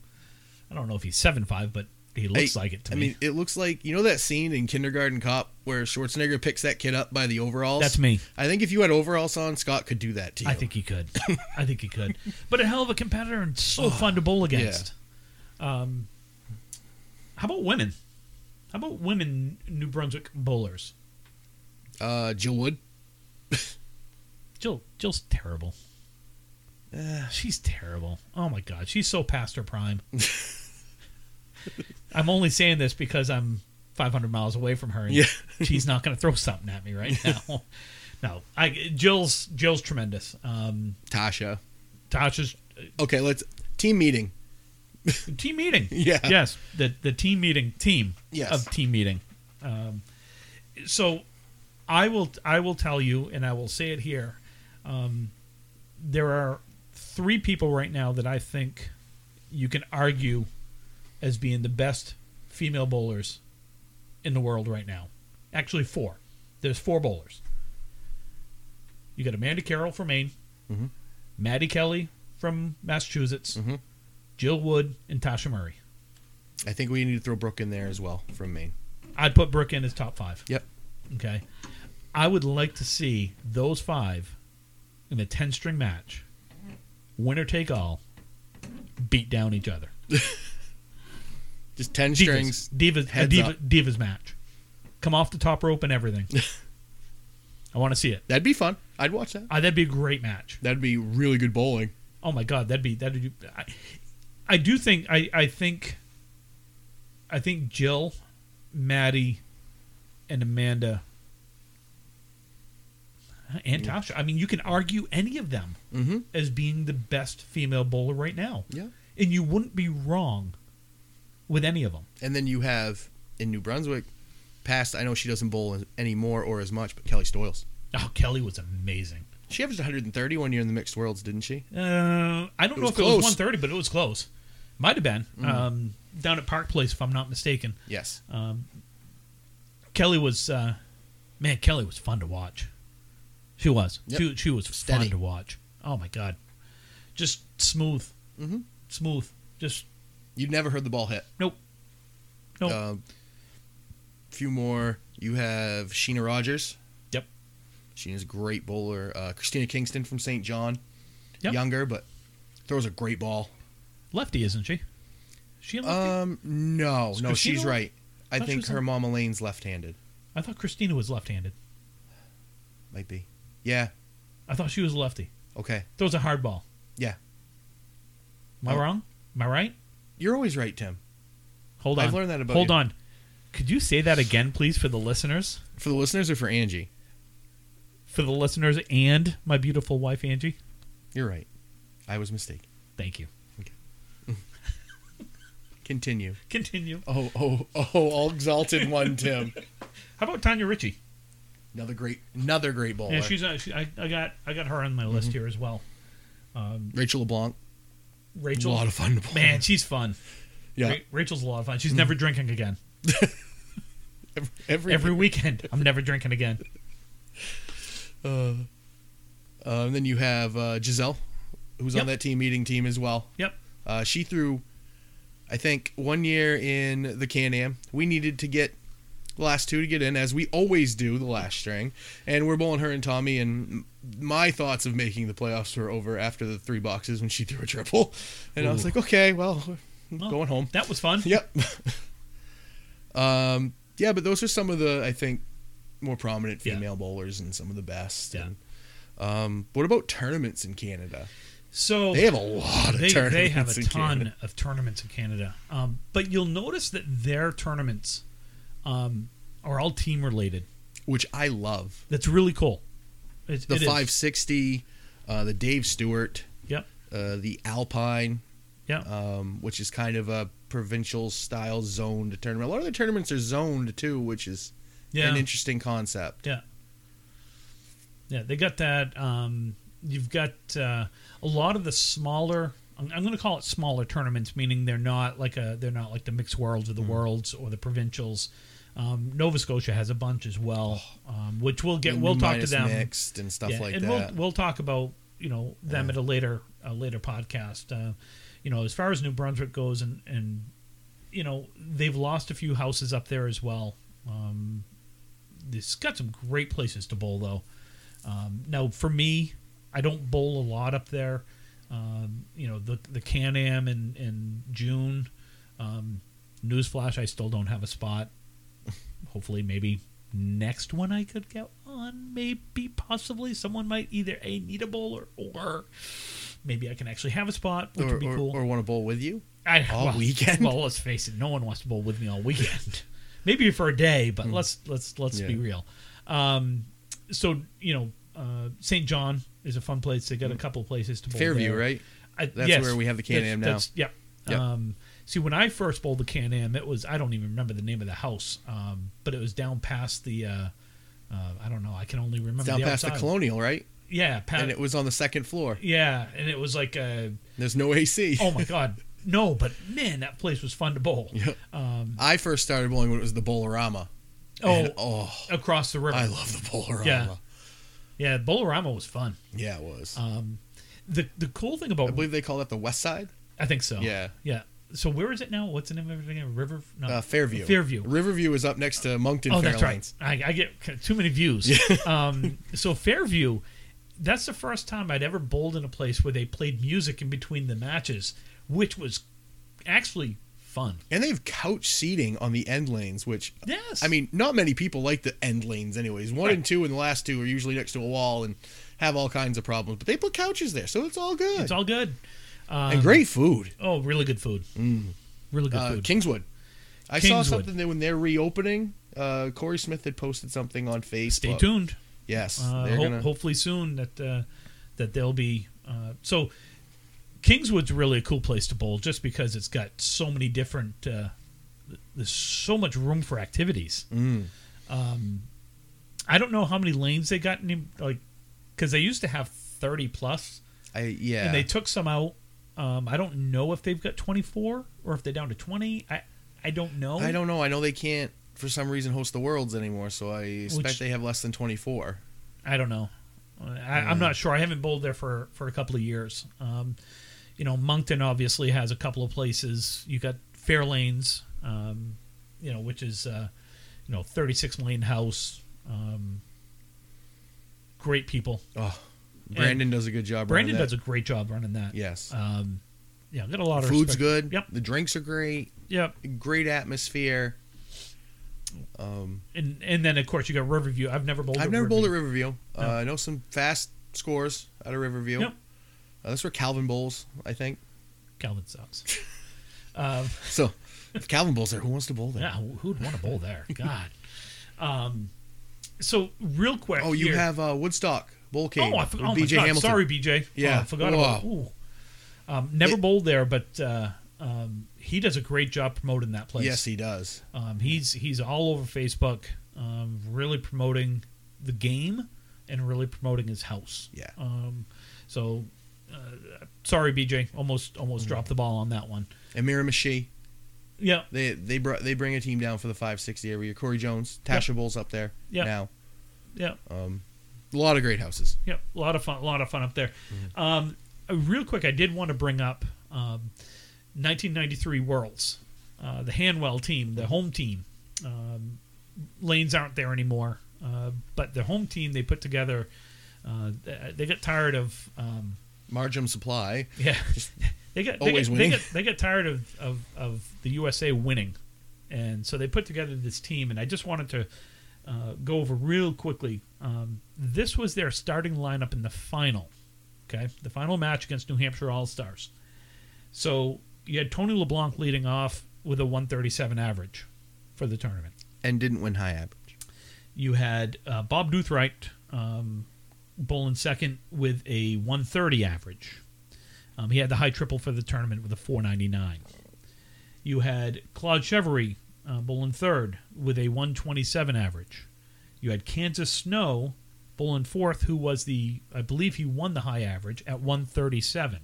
I don't know if he's seven five, but he looks I- like it to I me. mean, it looks like you know that scene in Kindergarten Cop where Schwarzenegger picks that kid up by the overalls. That's me. I think if you had overalls on, Scott could do that to you. I think he could. I think he could. But a hell of a competitor and so Oh, fun to bowl against. Um, how about women? How about women New Brunswick bowlers? uh, Jill Wood. Jill Jill's terrible. She's terrible. Oh my god, she's so past her prime. I'm only saying this because I'm 500 miles away from her. And Yeah. she's not going to throw something at me right now. no, I Jill's Jill's tremendous. Um, Tasha. Tasha's uh, Okay, let's team meeting. team meeting. Yeah. Yes. The the team meeting team. Yes. Of team meeting. Um, so, I will I will tell you, and I will say it here. Um, there are three people right now that I think you can argue as being the best female bowlers in the world right now. Actually, four. There's four bowlers. You got Amanda Carroll from Maine, Maddie Kelly from Massachusetts, Jill Wood, and Tasha Murray. I think we need to throw Brooke in there as well from Maine. I'd put Brooke in as top five. Yep. Okay. I would like to see those five in a 10 string match, winner take all, beat down each other. Just ten Divas, strings. divas, a heads diva, up. divas match. Come off the top rope and everything. I want to see it. That'd be fun. I'd watch that. Ah, that'd be a great match. That'd be really good bowling. Oh my god, that'd be that'd be. I, I do think I I think. I think Jill, Maddie, and Amanda, and Tasha. I mean, you can argue any of them Mm-hmm. as being the best female bowler right now, Yeah. and you wouldn't be wrong with any of them. And then you have in New Brunswick, past I know she doesn't bowl as- anymore or as much, but Kelly Stoyles. Oh, Kelly was amazing. She averaged 130 one year in the mixed worlds, didn't she? Uh, I don't know was if it was close. Mm-hmm. 130, but it was close. Might have been um, down at Park Place, if I'm not mistaken. Yes. Kelly was, uh, man, Kelly was fun to watch. She was. Yep. She, she was Steady. fun to watch. Oh my god, just smooth, Mhm. smooth. Just You'd never heard the ball hit. nope, nope. Um, few more. You have Sheena Rogers. Yep. Sheena's a great bowler. Uh, Christina Kingston from St. John. Yep. Younger, but throws a great ball. lefty, isn't she? She a lefty. Um, no, Is no, Christina she's le- right. I thought she think was in- her mama Lane's left-handed. I thought Christina was left-handed. Might be. Yeah. I thought she was a lefty. Okay. Throws a hard ball. Yeah. Am I Oh. wrong? Am I right? You're always right, Tim. Hold on. I've learned that about Hold you. on. Could you say that again, please, for the listeners? For the listeners or for Angie, For the listeners and my beautiful wife, Angie? you're right. I was mistaken. Thank you. Continue. Continue. Oh, oh, oh! All exalted one, Tim. How about Tanya Ritchie? another great, another great bowler. Yeah, she's. Uh, she, I, I got. I got her on my Mm-hmm. list here as well. Rachel LeBlanc. Rachel. A lot of fun to bowl. man, she's fun. Yeah. Mm-hmm. Ra- Rachel's a lot of fun. She's never drinking again. Every, every, Every weekend, I'm never drinking again. Uh, and then you have uh, Giselle, who's Yep. on that team meeting team as well. Yep. Uh, she threw, I think, one year in the Can Am. We needed to get the last two to get in, as we always do, the last string. And we're bowling her and Tommy. And m- my thoughts of making the playoffs were over after the three boxes when she threw a triple. And I was Ooh. like, okay, well, I'm Well, going home. That was fun. Yep. um, yeah, but those are some of the I think more prominent Yeah. female bowlers and some of the best. Yeah. And, um, what about tournaments in Canada? So They have a lot of Oh, they, tournaments. they have a in ton Canada. of tournaments in Canada. Um, but you'll notice that their tournaments um, are all team related. which I love. That's really cool. It's, The it is. 560, uh, the Dave Stewart, Yep. uh, the Alpine, Yep. um, which is kind of a provincial style zoned tournament. A lot of the tournaments are zoned too, which is yeah. an interesting concept. Yeah. Yeah, they got that. Um, you've got uh, a lot of the smaller. I'm, I'm going to call it smaller tournaments, meaning they're not like a they're not like the mixed worlds or the worlds or the provincials. Um, Nova Scotia has a bunch as well, um, which we'll get. And We'll new talk to minus them. mixed and stuff Yeah, like and that. We'll, we'll talk about you know them at a later a later podcast. Uh, you know, as far as New Brunswick goes, and and you know they've lost a few houses up there as well. Um, it's got some great places to bowl though. Um, now for me, I don't bowl a lot up there. Um, you know the the Can Am in in June. Um, newsflash: I still don't have a spot. Hopefully, maybe next one I could get on. Maybe possibly someone might either a need a bowler or maybe I can actually have a spot, which or, would be or, cool. or want to bowl with you. I, all well, weekend? Well, let's face it, no one wants to bowl with me all weekend. Maybe for a day, but let's let's let's be Hmm. Yeah. real. Um, so you know, uh, St. John is a fun place. They got a couple places to bowl. Hmm. Fairview, there. right? I, That's yes, where we have the Can that's- Am now. that's- Yep. Yep. Um, see, when I first bowled the Can Am, it was I don't even remember the name of the house, um, but it was down past the. Uh, uh, I don't know. I can only remember Down the past the outside. Colonial, right? Yeah, pa- And it was on the second floor. yeah, and it was like a. There's no AC. Oh my God, no! But man, that place was fun to bowl. Yep. I first started bowling when it was the Bolarama. Oh, And, oh, across the river. I love the Bolarama. Yeah. yeah, Bolarama was fun. Yeah, it was. Um, The the cool thing about I believe they call that the West Side. I think so. Yeah. yeah. so where is it now? What's the name of it again? River? No, Uh, Fairview. Fairview. Riverview is up next to Moncton oh, that's Fairlines. right. I, I get k- too many views. um, so Fairview, that's the first time I'd ever bowled in a place where they played music in between the matches, which was actually fun. And they have couch seating on the end lanes, which Yes, I mean, not many people like the end lanes, anyways. One Right. and two, and the last two are usually next to a wall and have all kinds of problems. But they put couches there, so it's all good it's all good. and great food. Oh, really good food. Really good Uh, food. Kingswood. I saw Kingswood. something that when they're reopening, uh, Corey Smith had posted something on Facebook. Stay tuned. Yes, Uh, they're ho- gonna. Hopefully soon that uh, that they'll be uh, so. Kingswood's really a cool place to bowl just because it's got so many different. Uh, th- there's so much room for activities. Um, Mm. I don't know how many lanes they got in him, like because they used to have 30 plus I, yeah, and they took some out. Um, I don't know if they've got 24 or if they're down to 20. I I don't know. I don't know. I know they can't for some reason host the worlds anymore, so I expect Which- they have less than twenty four. I don't know. I, I'm not sure. I haven't bowled there for for a couple of years. Um, you know, Moncton obviously has a couple of places. You got Fairlanes, um, you know, which is uh, you know 36 lane house. Um, great people. Oh, Brandon does a good job. Brandon does a great job running that. yes. Um, yeah, got a lot of respect. Food's good. Yep. The drinks are great. Yep. Great atmosphere. Um, And and then of course you got Riverview. I've never bowled. I've at never Riverview. bowled at Riverview. Uh, I know some fast scores out of Riverview. Yep. Uh, that's where Calvin bowls, I think. Calvin sucks. um, So if Calvin bowls there, who wants to bowl there? yeah, who- who'd want to bowl there? God. Um, so real quick. Oh, you here- have uh, Woodstock Bowl King. Oh, I for- with oh my BJ God. Hamilton. Sorry, BJ. Yeah. Oh, I forgot about. Ooh. Um, never It- bowled there, but uh, um, he does a great job promoting that place. Yes, he does. Um, he's he's all over Facebook, um, really promoting the game and really promoting his house. Yeah. Um, so, uh, sorry, BJ, almost Mm-hmm. almost dropped the ball on that one. And Miramichi. Yeah, They they br- they bring a team down for the 560 every year. Corey Jones, Tasha Bowles up there Yep. now. yeah, Um, a lot of great houses. yeah. A lot of fun, a lot of fun up there. Um, uh, real quick, I did want to bring up um, 1993 Worlds, uh, the Hanwell team, the home team. Um, lanes aren't there anymore, uh, but the home team they put together. Uh, they- they got tired of. Um, Margin Supply. Yeah. They got they always got, they winning. got they got tired of, of, of the USA winning, and so they put together this team. And I just wanted to uh, go over real quickly. Um, this was their starting lineup in the final, okay, the final match against New Hampshire All Stars. So you had Tony LeBlanc leading off with a 137 average for the tournament. and didn't win high average. You had uh, Bob Duthright um, bowling second with a 130 average. Um, he had the high triple for the tournament with a 499. You had Claude Chevery uh, bowling third with a 127 average. You had Kansas Snow bowling fourth, who was the, I believe he won the high average at 137.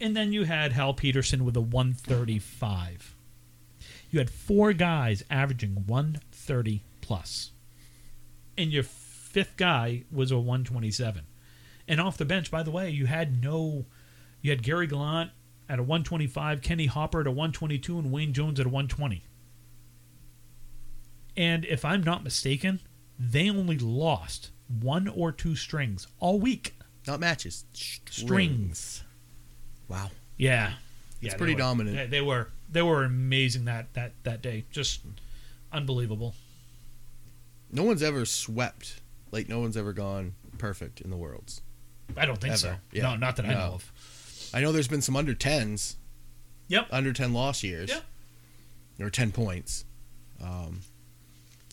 And then you had Hal Peterson with a 135. You had four guys averaging 130 plus. And your fifth guy was a 127. And off the bench, by the way, you had no. You had Gary Gallant at a 125, Kenny Hopper at a 122, and Wayne Jones at a 120. And if I'm not mistaken, they only lost one or two strings all week. Not matches. Strings. Wow. Yeah, yeah, It's they pretty were- dominant. They, they were they were amazing that that that day. Just unbelievable. No one's ever swept. Like no one's ever gone perfect in the worlds. I don't think Ever. so. Yeah. No, not that I No. know of. I know there's been some under tens, Yep. under ten loss years, Yeah. or ten points. Um,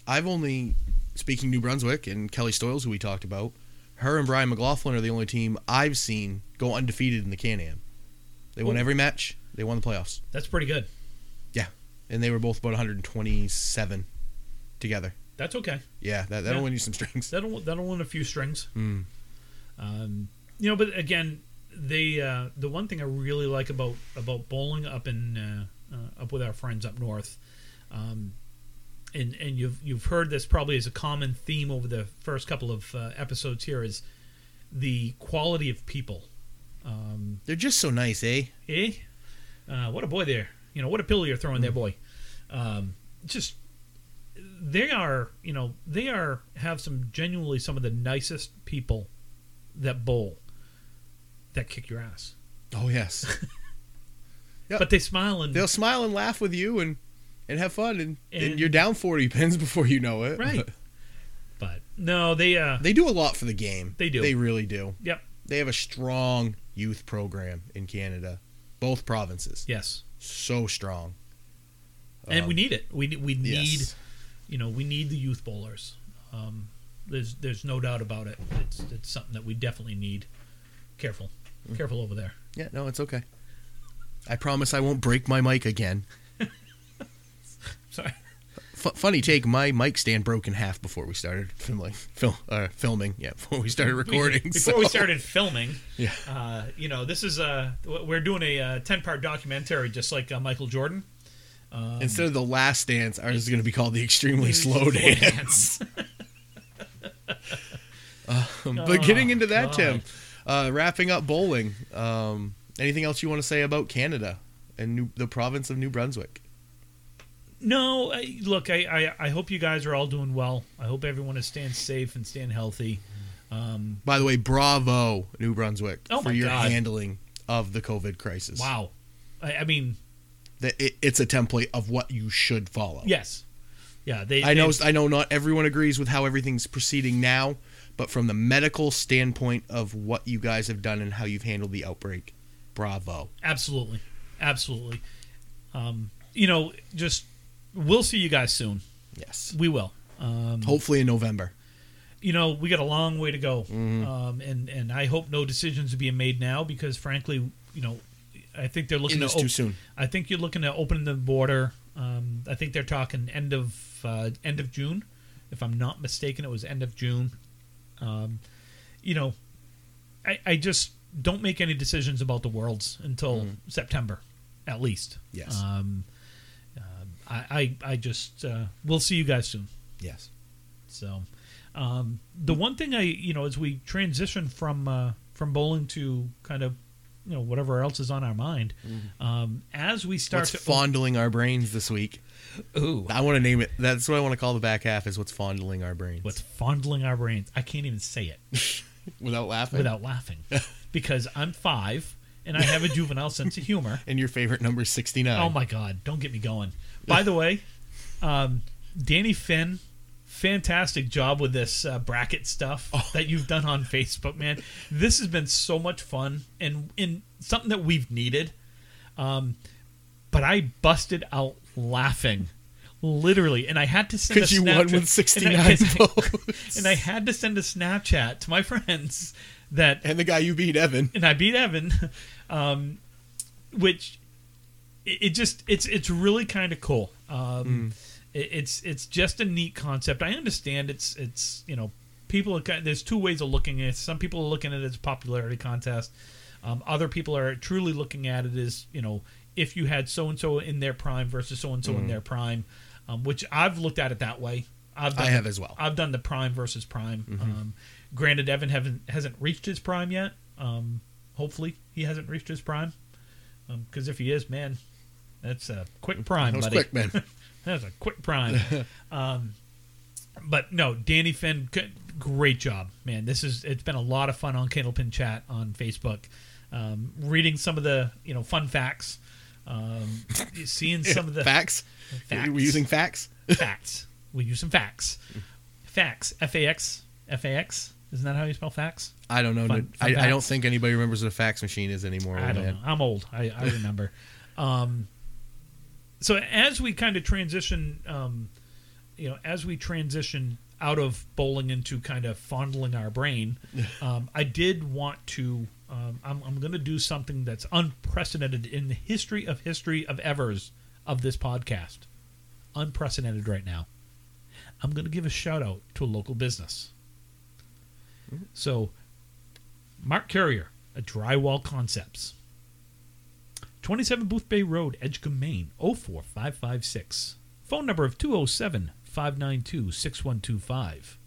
I've only speaking New Brunswick and Kelly Stoyles, who we talked about. Her and Brian McLaughlin are the only team I've seen go undefeated in the Can-Am. They won Ooh. every match. They won the playoffs, That's pretty good. and they were both about 127 together. That's okay. Yeah, that that'll Yeah. win you some strings. That'll that'll win a few strings. Mm. Um, you know, but again, they uh, the one thing I really like about about bowling up in uh, uh, up with our friends up north, um, and and you've you've heard this probably as a common theme over the first couple of uh, episodes here is the quality of people. Um, They're just so nice, eh? eh? uh, what a boy there. You know, what a pill you're throwing Hmm. there, boy. Um, just they are, you know, they are have some genuinely some of the nicest people that bowl that kick your ass. Oh yes, Yep. But they smile and they'll smile and laugh with you and and have fun, and, and, And- you're down forty pins before you know it. right. But no, they uh they do a lot for the game. They do. They really do. yep, They have a strong youth program in Canada, both provinces. yes. So strong. And Um, we need it. We we need yes. you know, we need the youth bowlers. Um, there's there's no doubt about it. It's it's something that we definitely need. Careful, Hmm. careful over there. Yeah, no, it's okay. I promise I won't break my mic again. Sorry. F- funny take, my mic stand broke in half before we started filming. Fil- uh, filming, yeah, before we started recording. Before so- we started filming, Yeah. uh, you know, this is uh, w- we're doing a uh, ten part documentary, just like uh, Michael Jordan. Instead of the last dance, ours is going to be called the extremely slow Slow dance. um, but getting Oh, into that, God. Tim, uh, wrapping up bowling. Um, anything else you want to say about Canada and New- the province of New Brunswick? No, I, look, I, I I hope you guys are all doing well. I hope everyone is staying safe and staying healthy. Um, By the way, bravo, New Brunswick, Oh for my your God. handling of the COVID crisis. wow, I, I mean, That it, it's a template of what you should follow. yes, yeah, they. I know. they- I know. Not everyone agrees with how everything's proceeding now, but from the medical standpoint of what you guys have done and how you've handled the outbreak, bravo. Absolutely, absolutely. Um, you know, just we'll see you guys soon. Yes. We will. Um, Hopefully in November. you know, we got a long way to go, Mm-hmm. um, and and I hope no decisions are being made now because, frankly, you know, I think they're looking to In this too soon. I think you're looking to open the border. Um, I think they're talking end of uh, end of June, if I'm not mistaken. It was end of June. Um, you know, I, I just don't make any decisions about the worlds until September, at least. Mm-hmm. Yes. Um, uh, I, I I just uh, we'll see you guys soon. Yes. So, um, the one thing I, you know, as we transition from uh, from bowling to kind of, you know, whatever else is on our mind, um, as we start What's to fondling our brains this week? ooh, I want to name it. That's what I want to call the back half. Is what's fondling our brains? what's fondling our brains? I can't even say it without laughing. without laughing because I'm five and I have a juvenile sense of humor. And your favorite number is sixty nine. Oh my God! Don't get me going. By the way, um, Danny Finn, fantastic job with this uh, bracket stuff Oh. that you've done on Facebook, man. This has been so much fun and and something that we've needed. Um, but I busted out laughing, literally, and I had to send a Because you won Snapchat- with sixty and I- nine 'cause I- votes, and I had to send a Snapchat to my friends that and the guy you beat, Evan. and I beat Evan, um, which it, it just it's it's really kind of cool. Mm. Um, it, it's it's just a neat concept. I understand it's it's you know people are, kind- there's two ways of looking at it. Some people are looking at it as a popularity contest. Um, other people are truly looking at it as you know if you had so and so in their prime versus so and so in Mm. their prime, um, which I've looked at it that way. I've I done- have as well. Mm-hmm. I've done the prime versus prime. Um, granted, Evan haven't hasn't reached his prime yet. Um, hopefully, he hasn't reached his prime. Because Um, if he is, man, that's a quick prime, That was buddy. quick, man. That's a quick prime. um, but no, Danny Finn, g- great job, man. This is it's been a lot of fun on Candlepin Chat on Facebook, um, reading some of the you know fun facts, um, seeing some of the facts. Facts. We're using facts. facts. We use some facts. Facts. F A X. F A X. Isn't that how you spell facts? I don't know. Fun- I, fun I don't facts. think anybody remembers what a fax machine is anymore. I old don't man. know. I'm old. I, I remember. um, so as we kind of transition, um, you know, as we transition out of bowling into kind of fondling our brain, um, I did want to. Um, I'm, I'm going to do something that's unprecedented in the history of history of evers of this podcast. Unprecedented right now. I'm going to give a shout out to a local business. So, Mark Carrier at Drywall Concepts. 27 Booth Bay Road, Edgecombe, Maine, 04556. Phone number of 207 592 6125.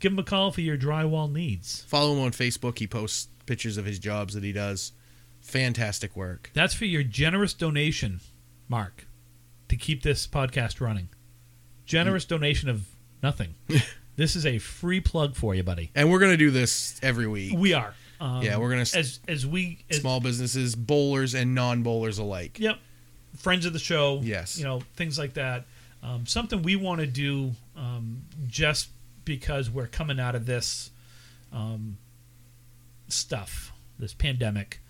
Give him a call for your drywall needs. Follow him on Facebook. He posts pictures of his jobs that he does. fantastic work. That's for your generous donation, Mark, to keep this podcast running. Generous donation of nothing. this is a free plug for you, buddy. And we're gonna do this every week. We are. Um, Yeah, we're gonna s- as as we as, Small businesses, bowlers, and non-bowlers alike. Yep, friends of the show. Yes. you know things like that. Um, something we want to do um, just because we're coming out of this um, stuff, this pandemic,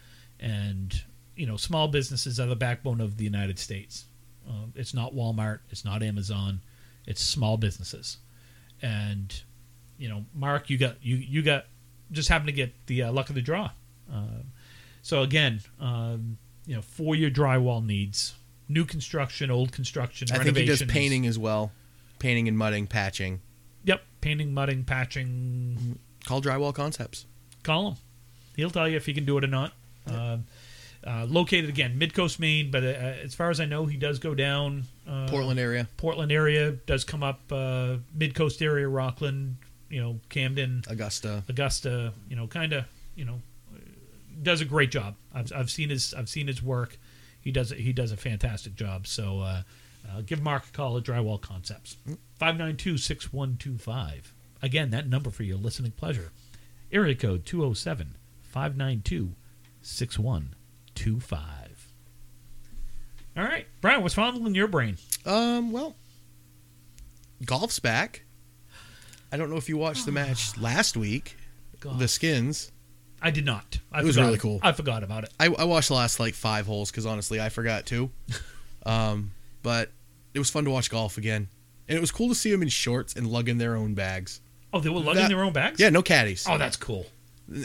and you know, small businesses are the backbone of the United States. Um, it's not Walmart, it's not Amazon, it's small businesses. And you know, Mark, you got you you got just happened to get the uh, luck of the draw. Um so again, um, you know, for your drywall needs, new construction, old construction, I think he does renovations, painting as well, painting and mudding, patching. Yep, painting, mudding, patching, Mm-hmm. Call Drywall Concepts. call him. He'll tell you if he can do it or not. Um uh, located again, Midcoast, Maine, but uh, as far as I know, he does go down uh, Portland area Portland area does come up, uh, Midcoast area, Rockland, you know, Camden, Augusta. Augusta, you know, kind of, you know, does a great job. I've, I've seen his I've seen his work. He does he does a fantastic job. So uh, uh, give Mark a call at Drywall Concepts 592-6125. Again, that number for your listening pleasure. Area code 207-592-6125. All right, Brian, what's fondling your brain? Um, well, golf's back. I don't know if you watched the match last week, God. the Skins. I did not. I It was forgot. really cool. I forgot about it. I, I watched the last like five holes because honestly, I forgot too. um, but it was fun to watch golf again, and it was cool to see them in shorts and lugging their own bags. Oh, they were lugging That- their own bags. Yeah, no caddies. Oh, that's cool.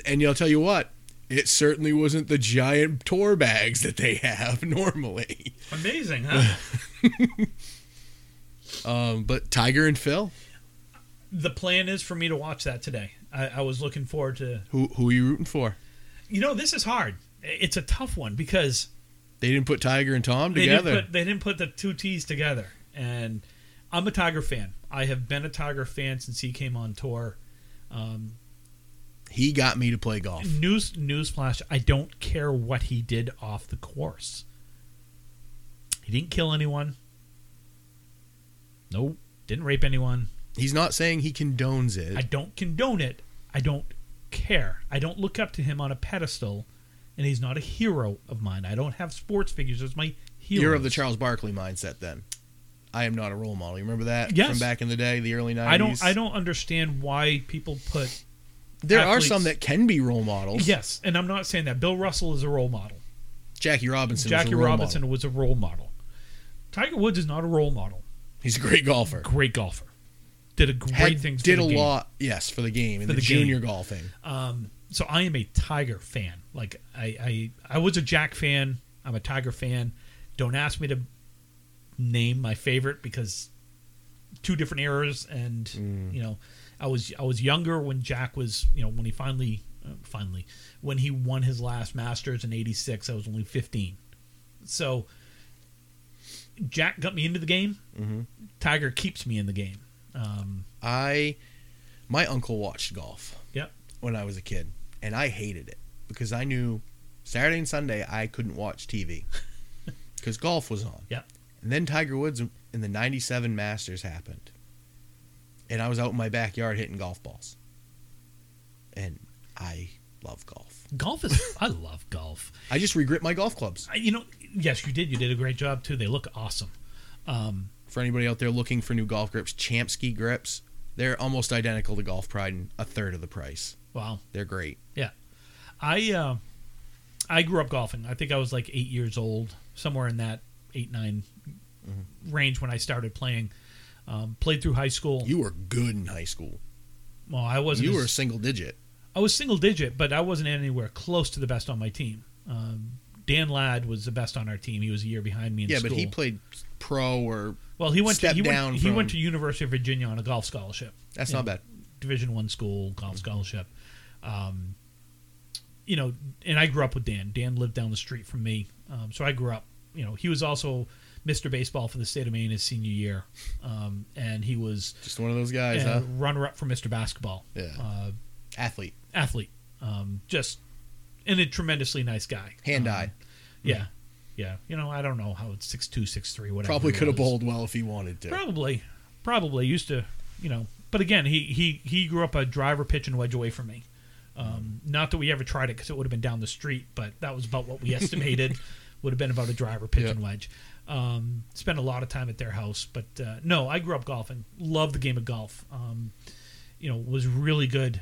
And I'll tell you what, it certainly wasn't the giant tour bags that they have normally. Amazing, huh? Um, but Tiger and Phil, the plan is for me to watch that today. I, I was looking forward to. who who are you rooting for? You know, this is hard. It's a tough one because They didn't put Tiger and Tom they together. didn't put they didn't put the two T's together. And I'm a Tiger fan. I have been a Tiger fan since he came on tour. Um, he got me to play golf. news newsflash: I don't care what he did off the course. He didn't kill anyone. Nope. Didn't rape anyone. He's not saying he condones it. I don't condone it. I don't care. I don't look up to him on a pedestal, and he's not a hero of mine. I don't have sports figures as my hero. You're of the Charles Barkley mindset then. I am not a role model. You remember that Yes. from back in the day, the early 90s? I don't. I don't understand why people put. There athletes- are some that can be role models. Yes, and I'm not saying that. Bill Russell is a role model. Jackie Robinson was Jackie a role Robinson model. was a role model. Tiger Woods is not a role model. He's a great golfer. Great golfer. Did a great Had- things. for did the a game. lot, yes, for the game and For the, the game. junior golfing. Um, so I am a Tiger fan. Like I, I, I was a Jack fan. I'm a Tiger fan. Don't ask me to name my favorite because two different eras, and you know, I was I was younger when Jack was, you know, when he finally, uh, finally, when he won his last Masters in '86. I was only 15. So Jack got me into the game. Tiger keeps me in the game. Um, I, my uncle watched golf yep. when I was a kid, and I hated it because I knew Saturday and Sunday I couldn't watch TV because golf was on. Yep. And then Tiger Woods in the 97 Masters happened. And I was out in my backyard hitting golf balls. And I love golf. Golf is. I love golf. I just regret my golf clubs. I- you know, yes, you did. You did a great job too. They look awesome. Um, For anybody out there looking for new golf grips, Champski grips, they're almost identical to Golf Pride and a third of the price. wow, They're great. yeah. I uh, I grew up golfing. I think I was like eight years old, somewhere in that eight 9 Mm-hmm. range when I started playing. Um, played through high school. You were good in high school. well, I wasn't. You as- were single digit. I was single digit, but I wasn't anywhere close to the best on my team. Um, Dan Ladd was the best on our team. He was a year behind me in Yeah, school. but he played pro or well, he went to stepped he, down went, he went to from- University of Virginia on a golf scholarship. that's Yeah. not bad. Division One school, golf scholarship. Um, you know, and I grew up with Dan. Dan lived down the street from me, um, so I grew up. You know, he was also Mr. Baseball for the state of Maine his senior year, um, and he was Just one of those guys, a huh? runner-up for Mr. Basketball Yeah. uh, Athlete. athlete. Um, just and a tremendously nice guy. Hand Um, eye. Yeah, yeah. You know, I don't know how it's six two, six three, whatever. Probably he could have was. bowled well if he wanted to. Probably, probably used to, you know. But again, he he he grew up a driver pitch and wedge away from me. Um, not that we ever tried it because it would have been down the street, but that was about what we estimated would have been about a driver pitch Yeah. and wedge. Um, spent a lot of time at their house, but uh, no, I grew up golfing. Loved the game of golf. Um, you know, was really good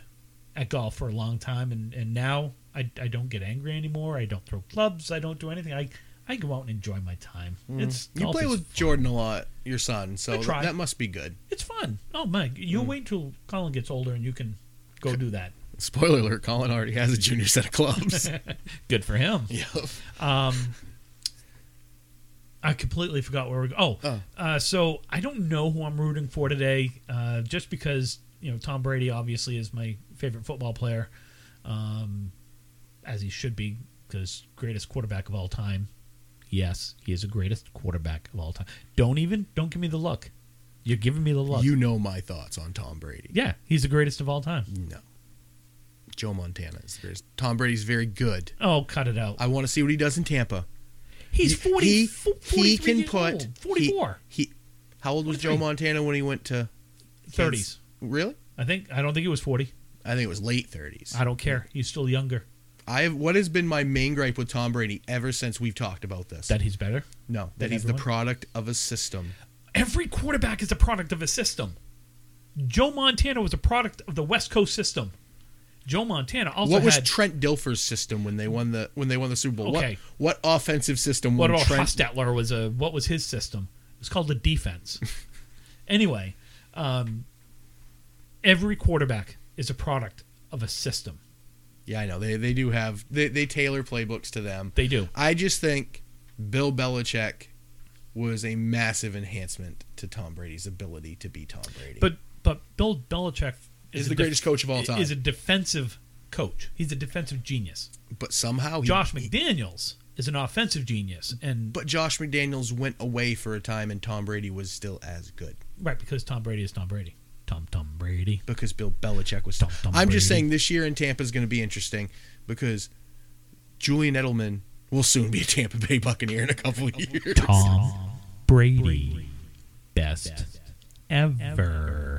at golf for a long time, and and now I, I don't get angry anymore. I don't throw clubs. I don't do anything. I I go out and enjoy my time. It's Mm. You golf play is with Jordan a lot, your son, so I try. that must be good. it's fun. Oh my! You wait till Colin gets older and you can go do that. Spoiler alert: Colin already has a junior set of clubs. Good for him. yep. Um, I completely forgot where we. Oh, Oh. Uh, so I don't know who I'm rooting for today. Uh, just because you know Tom Brady obviously is my favorite football player, um, as he should be because greatest quarterback of all time. Yes, he is the greatest quarterback of all time. Don't even don't give me the look. You're giving me the look. You know my thoughts on Tom Brady. yeah, he's the greatest of all time. No. Joe Montana is the greatest. Tom Brady's very good. Oh, cut it out. I want to see what he does in Tampa. He's He- 40. He, fo- he 43 can years put old. 44. He, he- how old was 43. Joe Montana when he went to 30s. Really? I think. I don't think he was 40. I think it was late thirties. I don't care. He's still younger. I have what has been my main gripe with Tom Brady ever since we've talked about this. That he's better. no, that that he's the everyone- product of a system. Every quarterback is a product of a system. Joe Montana was a product of the West Coast system. Joe Montana also what was had. Trent Dilfer's system when they won the when they won the Super Bowl? Okay. What what offensive system what won about Trent? Hostetler was a what was his system? It was called the defense. anyway, um, every quarterback is a product of a system. Yeah, I know they they do have they they tailor playbooks to them. They do. I just think Bill Belichick was a massive enhancement to Tom Brady's ability to be Tom Brady. But but Bill Belichick Is a the greatest coach of all time. Is a defensive coach. He's a defensive genius. but somehow he, Josh he- McDaniels is an offensive genius, and but Josh McDaniels went away for a time, and Tom Brady was still as good right because Tom Brady is Tom Brady. Tom Tom Brady. because Bill Belichick was. Tom, Tom I'm just Brady. saying this year in Tampa is going to be interesting because Julian Edelman will soon be a Tampa Bay Buccaneer in a couple of years. Tom Brady, best, ever.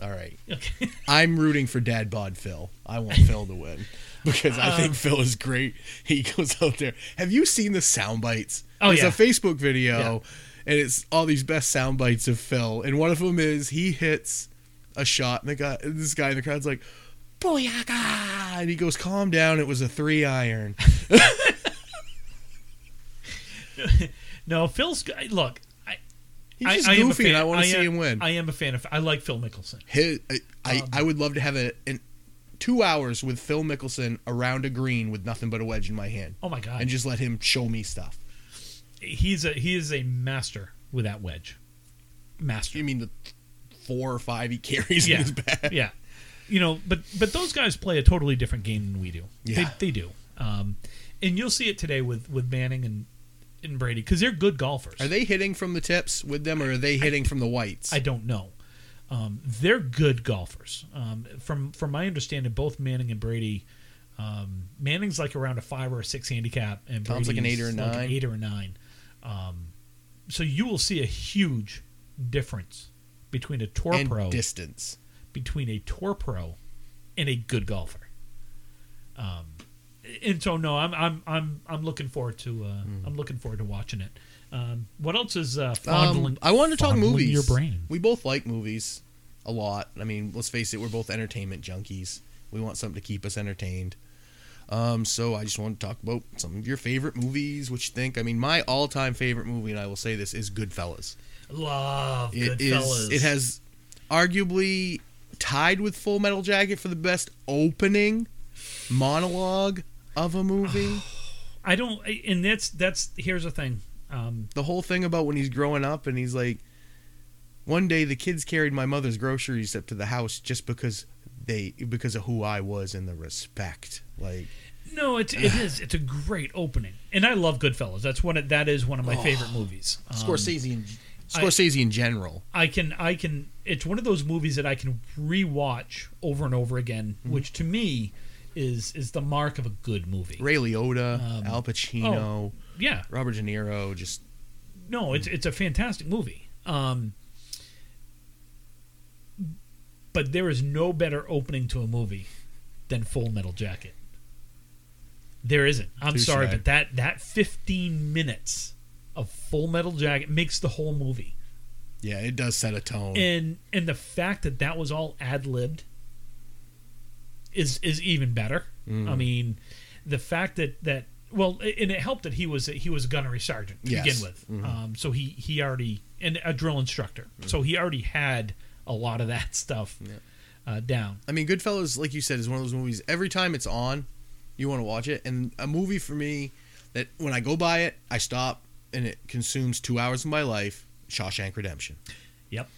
All right, Okay. I'm rooting for Dad Bod Phil. I want Phil to win because I Um, think Phil is great. He goes out there. Have you seen the sound bites? Oh, There's yeah. a Facebook video, and it's all these best sound bites of Phil. And one of them is he hits a shot, and the guy, this guy in the crowd's like, "Booyaka!" and he goes, "Calm down. It was a three iron." No, Phil's g- look. I, He's I- just I am a goofy, fan- and I want to see am- him win. I Um, am a fan of. I like Phil Mickelson. His, I, I, I would love to have a an, two hours with Phil Mickelson around a green with nothing but a wedge in my hand, Oh my God, and just let him show me stuff. he's a he is a master with that wedge. Master. You mean the four or five he carries in yeah, his bag? yeah. You know, but but those guys play a totally different game than we do. Yeah. They, they do. Um, and you'll see it today with with Manning and and Brady because they're good golfers. Are they hitting from the tips with them, or are they hitting from the whites? I don't know. Um, they're good golfers. Um, from from my understanding, both Manning and Brady. Um, Manning's like around a five or a six handicap, and Tom's like an Brady's eight or a like an nine. eight or a nine. Um, so you will see a huge difference between a tour and pro distance. between a tour pro and a good golfer. Um, and so no, I'm I'm I'm I'm looking forward to uh, I'm looking forward to watching it. Um, what else is uh, fondling? Mm. Um, I wanted to talk fondling movies. Your brain. We both like movies a lot. I mean, let's face it, we're both entertainment junkies. We want something to keep us entertained. Um, so I just want to talk about some of your favorite movies. What you think? I mean, my all-time favorite movie, and I will say this, is Goodfellas. Love It is. Goodfellas. It has arguably tied with Full Metal Jacket for the best opening monologue of a movie. I don't. And that's that's. Here's the thing. Um, the whole thing about when he's growing up and he's like, one day the kids carried my mother's groceries up to the house just because they because of who I was and the respect. Like no, it's it is. It's a great opening, and I love Goodfellas. That's one. Of, that is one of my favorite movies. Um, Oh, Scorsese, in, I- Scorsese in general. I can I can it's one of those movies that I can rewatch over and over again, which to me is is the mark of a good movie. Ray Liotta, Um, oh. Al Pacino, Yeah, Robert De Niro, just no, it's it's a fantastic movie. Um, but there is no better opening to a movie than Full Metal Jacket. There isn't. I'm Touche. sorry, but that that 15 minutes of Full Metal Jacket makes the whole movie. yeah, it does set a tone. and and the fact that that was all ad libbed is is even better. Mm-hmm. I mean, the fact that that well, a- and it helped that he was he was a gunnery sergeant to Yes. Mm-hmm. begin with, um, so he he already and a drill instructor, so he already had a lot of that stuff uh, down. I mean, Goodfellas, like you said, is one of those movies. Every time it's on, you want to watch it. And a movie for me that when I go by it, I stop and it consumes two hours of my life. Shawshank Redemption. Yep.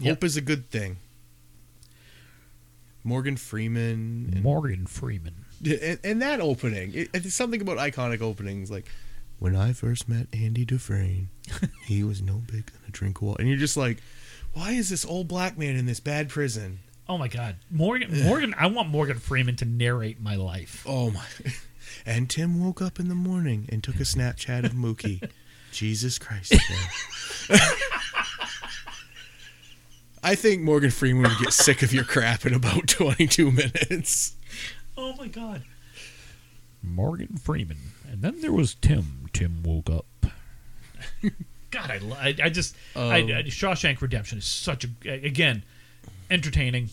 Yep. Hope is a good thing. Morgan Freeman and, Morgan Freeman. and, and that opening. It, it's something about iconic openings like when I first met Andy Dufresne, he was no bigger than a drink of water. And you're just like, why is this old black man in this bad prison? Oh my God, Morgan Morgan. I want Morgan Freeman to narrate my life. Oh my! And Tim woke up in the morning and took a Snapchat of Mookie. Jesus Christ! man. I think Morgan Freeman would get sick of your crap in about 22 minutes. Oh my God. Morgan Freeman. And then there was Tim. Tim woke up. God, I, lo- I, I just I, I, Um, Shawshank Redemption is such a again entertaining,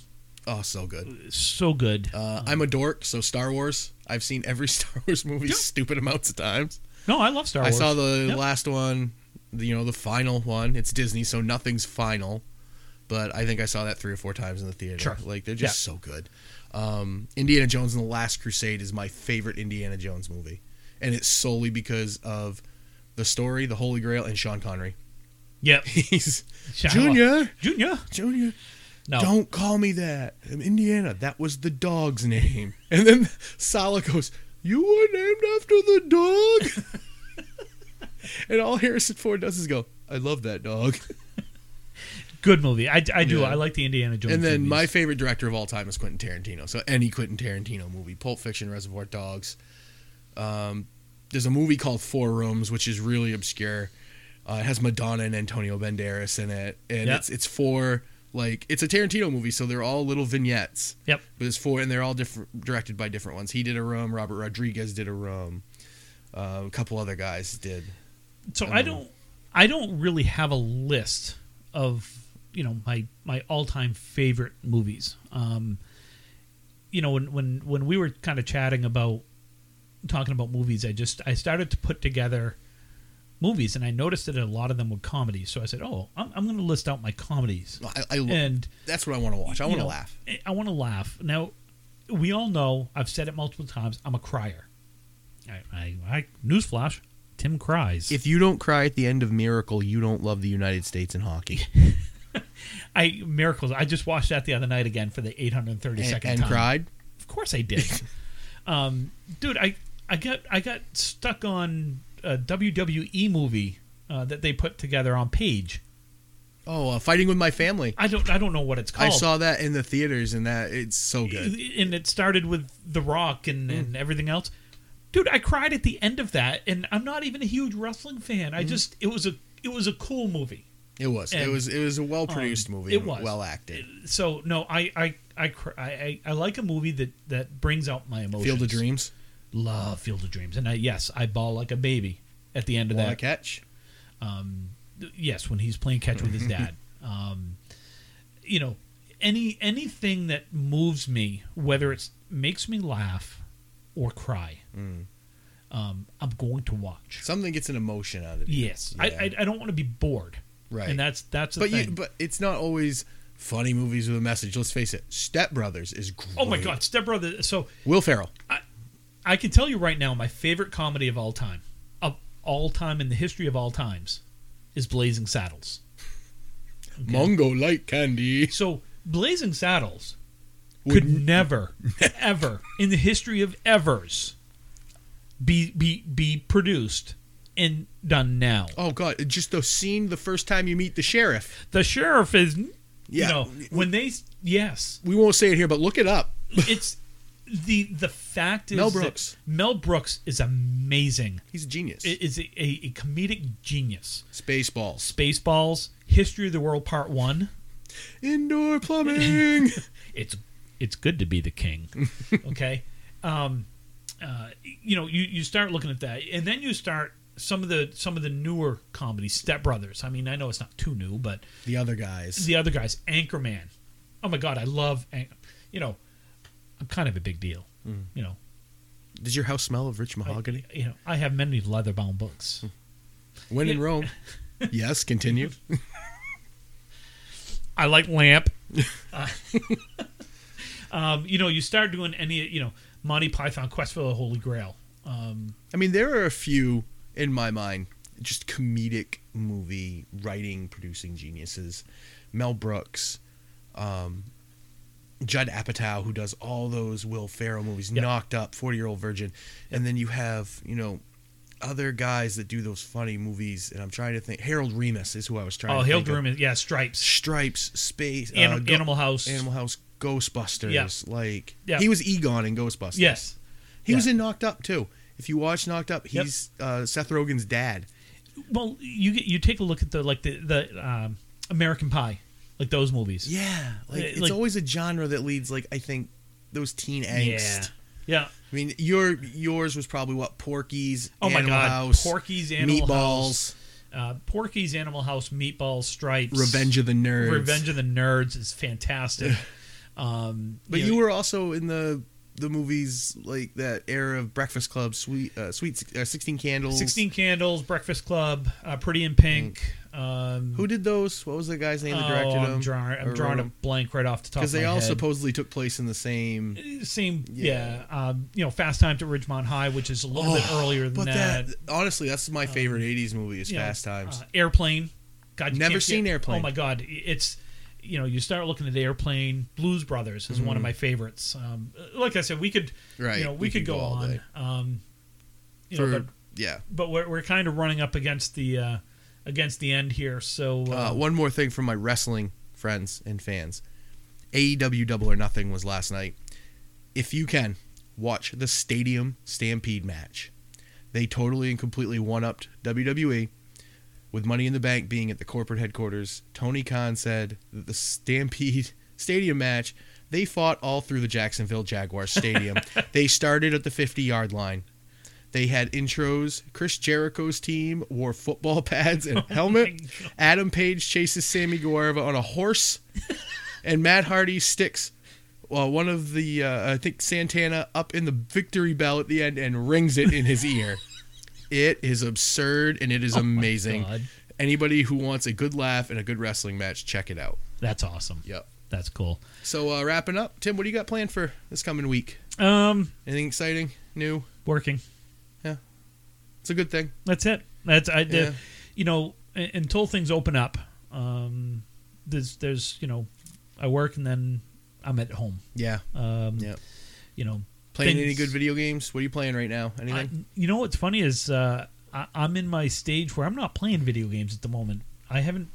Oh, so good. so good. Uh, I'm a dork, so Star Wars. I've seen every Star Wars movie Yeah. stupid amounts of times. no, I love Star I Wars. saw the Yep. last one, the, you know, the final one. It's Disney, so nothing's final. But I think I saw that three or four times in the theater. Sure. Like they're just so good. Um, Indiana Jones and the Last Crusade is my favorite Indiana Jones movie, and it's solely because of the story, the Holy Grail, and Sean Connery. Yep, He's Shyamalan. Junior, Junior. Junior. No, Don't call me that. I'm Indiana. That was the dog's name. And then Salah goes, You were named after the dog? and all Harrison Ford does is go, I love that dog. good movie. I, I do. Yeah. I like the Indiana Jones. And then movies. my favorite director of all time is Quentin Tarantino. So any Quentin Tarantino movie, Pulp Fiction, Reservoir Dogs. Um, there's a movie called Four Rooms, which is really obscure. Uh, it has Madonna and Antonio Banderas in it, and Yeah. it's it's four like it's a Tarantino movie, so they're all little vignettes. Yep. but it's four, and they're all different, directed by different ones. He did a room. Robert Rodriguez did a room. Uh, a couple other guys did. so I don't I don't really have a list of you know my my all time favorite movies. Um, you know when when when we were kind of chatting about talking about movies, I just I started to put together movies, and I noticed that a lot of them were comedies. So I said, oh, I'm, I'm going to list out my comedies, I, I and that's what I want to watch. I you want to know, eh, laugh. I want to laugh. Now, we all know I've said it multiple times. I'm a crier. I, I, I newsflash, Tim cries. If you don't cry at the end of Miracle, you don't love the United States in hockey. I miracles. I just watched that the other night again for the 832nd and, time. and cried. Of course I did. um, dude, I I got I got stuck on a WWE movie uh, that they put together on Page. Oh, uh, fighting with my family. I don't I don't know what it's I called. saw that in the theaters, and that it's so good. Hmm. and Oh. it started with The Rock and, and everything else. Dude, I cried at the end of that, and I'm not even a huge wrestling fan. Hmm. I just it was a it was a cool movie. It was. It And, was. It was a well produced um, movie. it was. well acted. So no, I I I cr- I, I, I like a movie that that brings out my emotions. Field of Dreams. love Field of Dreams, and I yes, I ball like a baby at the end of Want to that. catch? Um, th- yes, when he's playing catch with his dad. Um, you know, any anything that moves me, whether it's makes me laugh or cry, Mm. um, I'm going to watch. Something gets an emotion out of you. Yes, I, Yeah. I I don't want to be bored. Right. and that's that's the but thing. you. But it's not always funny movies with a message. Let's face it. Step Brothers is great. oh my God, Step Brother. So Will Ferrell. I can tell you right now, my favorite comedy of all time, of all time in the history of all times, is Blazing Saddles. Mungo like candy. So Blazing Saddles Would could never, ever in the history of evers be be be produced and done now. Oh God! Just the scene the first time you meet the sheriff. The sheriff is, you Yeah. know, when they yes, We won't say it here, but look it up. it's the the fact is Mel that Brooks. Mel Brooks is amazing. He's a genius. I- Is a, a, a comedic genius. Spaceballs. Spaceballs, History of the World Part One. Indoor plumbing. It's it's good to be the king. Okay, um, uh, you know you, you start looking at that, and then you start some of the some of the newer comedies. Step Brothers. I mean, I know it's not too new, but the other guys. the other guys, Anchorman. Oh my God, I love. Anch- You know, I'm kind of a big deal. You know, Does your house smell of rich I- mahogany? you know, I have many leather-bound books. when in Rome. yes, continue. I like lamp. Uh, um, you know, you start doing any, you know, Monty Python Quest for the Holy Grail. Um, I mean, there are a few in my mind, just comedic movie writing, producing geniuses. Mel Brooks, um, Judd Apatow, who does all those Will Ferrell movies, Yep. Knocked Up, Forty Year Old Virgin, and then you have you know other guys that do those funny movies. And I'm trying to think. Harold Remus is who I was trying. oh, to Hail think of. Groom, yeah, Stripes, Stripes, Space, uh, Anim- Go- Animal House. Animal House, Ghostbusters. Yeah. Like Yeah. he was Egon in Ghostbusters. Yes. He was Yeah. in Knocked Up too. If you watch Knocked Up, Yep. he's uh, Seth Rogen's dad. Well, you get you take a look at the like the the um, American Pie, like those movies. Yeah, like Uh, it's like- always a genre that leads like I think those teen angst. Yeah. I mean, your yours was probably what Porky's, Oh my Animal God, House, Porky's, Animal Meatballs, Uh, Porky's Animal House, Meatballs, Stripes, Revenge of the Nerds. Revenge of the Nerds is fantastic. um, but know, you were also in the the movies like that era of Breakfast Club, Sweet uh, Sweet uh, Sixteen Candles. 16 Candles, Breakfast Club, uh, Pretty in Pink. Um, Who did those? What was the guy's name that directed oh, I'm them? drawing, I'm drawing a blank right off the top because of my they all head. supposedly took place in the same. Same, Yeah. Oh, yeah. Um, you know, Fast Times at Ridgemont High, which is a little bit earlier than but that. honestly, that's my favorite '80s movie. Is you know, Fast Times. Um, uh, airplane. God, you Never can't seen get- Airplane. Oh my God, it's you know you start looking at Airplane. Blues Brothers is one of my favorites. Um, like I said, we could, Mm. Right, You know, we, we could could go, go all on. day. Um, you For- know, but, yeah. but we're, we're kind of running up against the uh, against the end here. So uh, Uh, one more thing from my wrestling friends and fans. AEW Double or Nothing was last night. If you can, watch the Stadium Stampede match. They totally and completely one upped WWE E, with Money in the Bank being at the corporate headquarters. Tony Khan said that the Stampede Stadium match, they fought all through the Jacksonville Jaguars Stadium. they started at the 50 yard line. They had intros. Chris Jericho's team wore football pads and Oh helmet. Adam Page chases Sammy Guevara on a horse, and Matt Hardy sticks well, one of the uh, I think Santana up in the victory bell at the end and rings it in his ear. It is absurd and it is amazing. Oh God. Anybody who wants a good laugh and a good wrestling match, check it out. that's awesome. Yep. That's cool. So uh, wrapping up, Tim, what do you got planned for this coming week? Um, Anything exciting, new? working. It's a good thing. That's it. That's I. Yeah. you know, u- until things open up, um, there's there's you know, I work and then I'm at home. Yeah. Um, Yeah. You know, Playing any things- good video games? What are you playing right now? Anything? I, you know what's funny is uh, I, I'm in my stage where I'm not playing video games at the moment. I haven't.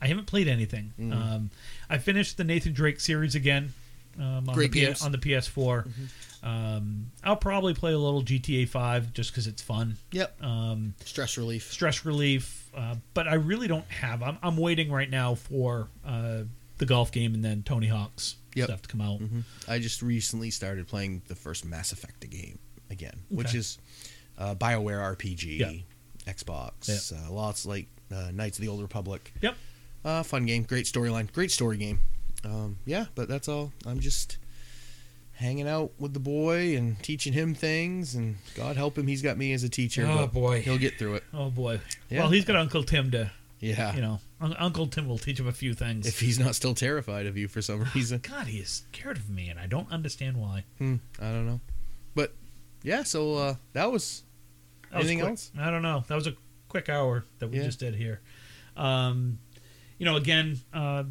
I haven't played anything. Mm. Um, I finished the Nathan Drake series again um, on, Great Mm-hmm. the games. P- on the PS4. Um, I'll probably play a little GTA 5 just because it's fun. yep. Um, Stress relief. stress relief. Uh, but I really don't have. I'm, I'm waiting right now for uh, the golf game and then Tony Hawk's Yep. Mm-hmm. stuff to come out. I just recently started playing the first Mass Effect game again, which Okay. is uh, BioWare RPG, Xbox, Yeah. uh, lots like uh, Knights of the Old Republic. Yep. Uh, fun game, great storyline, great story game. Um, yeah, but that's all. I'm just hanging out with the boy and teaching him things, and God help him, he's got me as a teacher. Oh, but boy. he'll get through it. Oh boy. Yeah. Well, he's got Uncle Tim to. Yeah, You know, Un- Uncle Tim will teach him a few things. if he's not still terrified of you for some reason. God, he is scared of me, and I don't understand why. Hmm, I don't know, but yeah. So uh, that was That was Anything quick. else? I don't know. That was a quick hour that we Yeah. just did here. Um, you know, again, uh,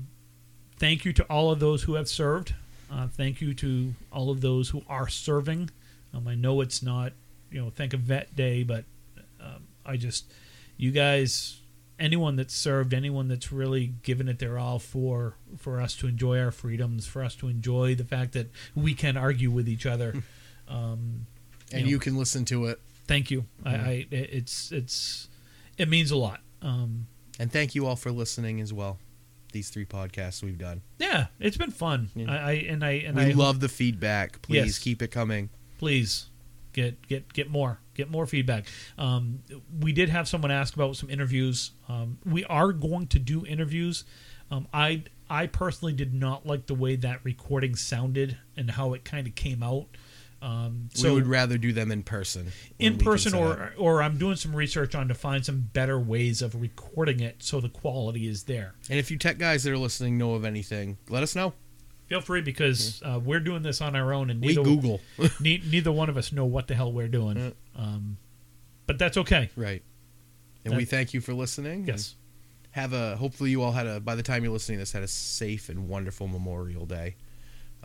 thank you to all of those who have served. Uh, thank you to all of those who are serving. Um, I know it's not, you know, think of Vet Day, but um, I just, you guys anyone that's served, anyone that's really given it their all for for us to enjoy our freedoms, for us to enjoy the fact that we can argue with each other. um, and know. you can listen to it. thank you. I, I it- it's it's it means a lot. Um, And thank you all for listening as well. These three podcasts we've done. yeah, it's been fun. Yeah. I, I and I and we I love the feedback. Please Yes. keep it coming. please get get get more get more feedback um, we did have someone ask about some interviews um, we are going to do interviews um, i i personally did not like the way that recording sounded and how it kind of came out um, so we would rather do them in person. when in we can person set up. or or i'm doing some research on to find some better ways of recording it so the quality is there And if you tech guys that are listening know of anything, let us know. feel free because uh, we're doing this on our own and Hmm. We neither Google. Hmm. ne- neither one of us know what the hell we're doing Yeah. um, but that's okay right. And we That- thank you for listening. and yes Have a hopefully you all had a by the time you're listening to this had a safe and wonderful Memorial Day.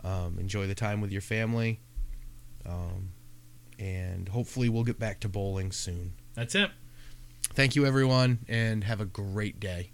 Um, enjoy the time with your family. Um, and hopefully we'll get back to bowling soon. That's it. Thank you everyone and have a great day.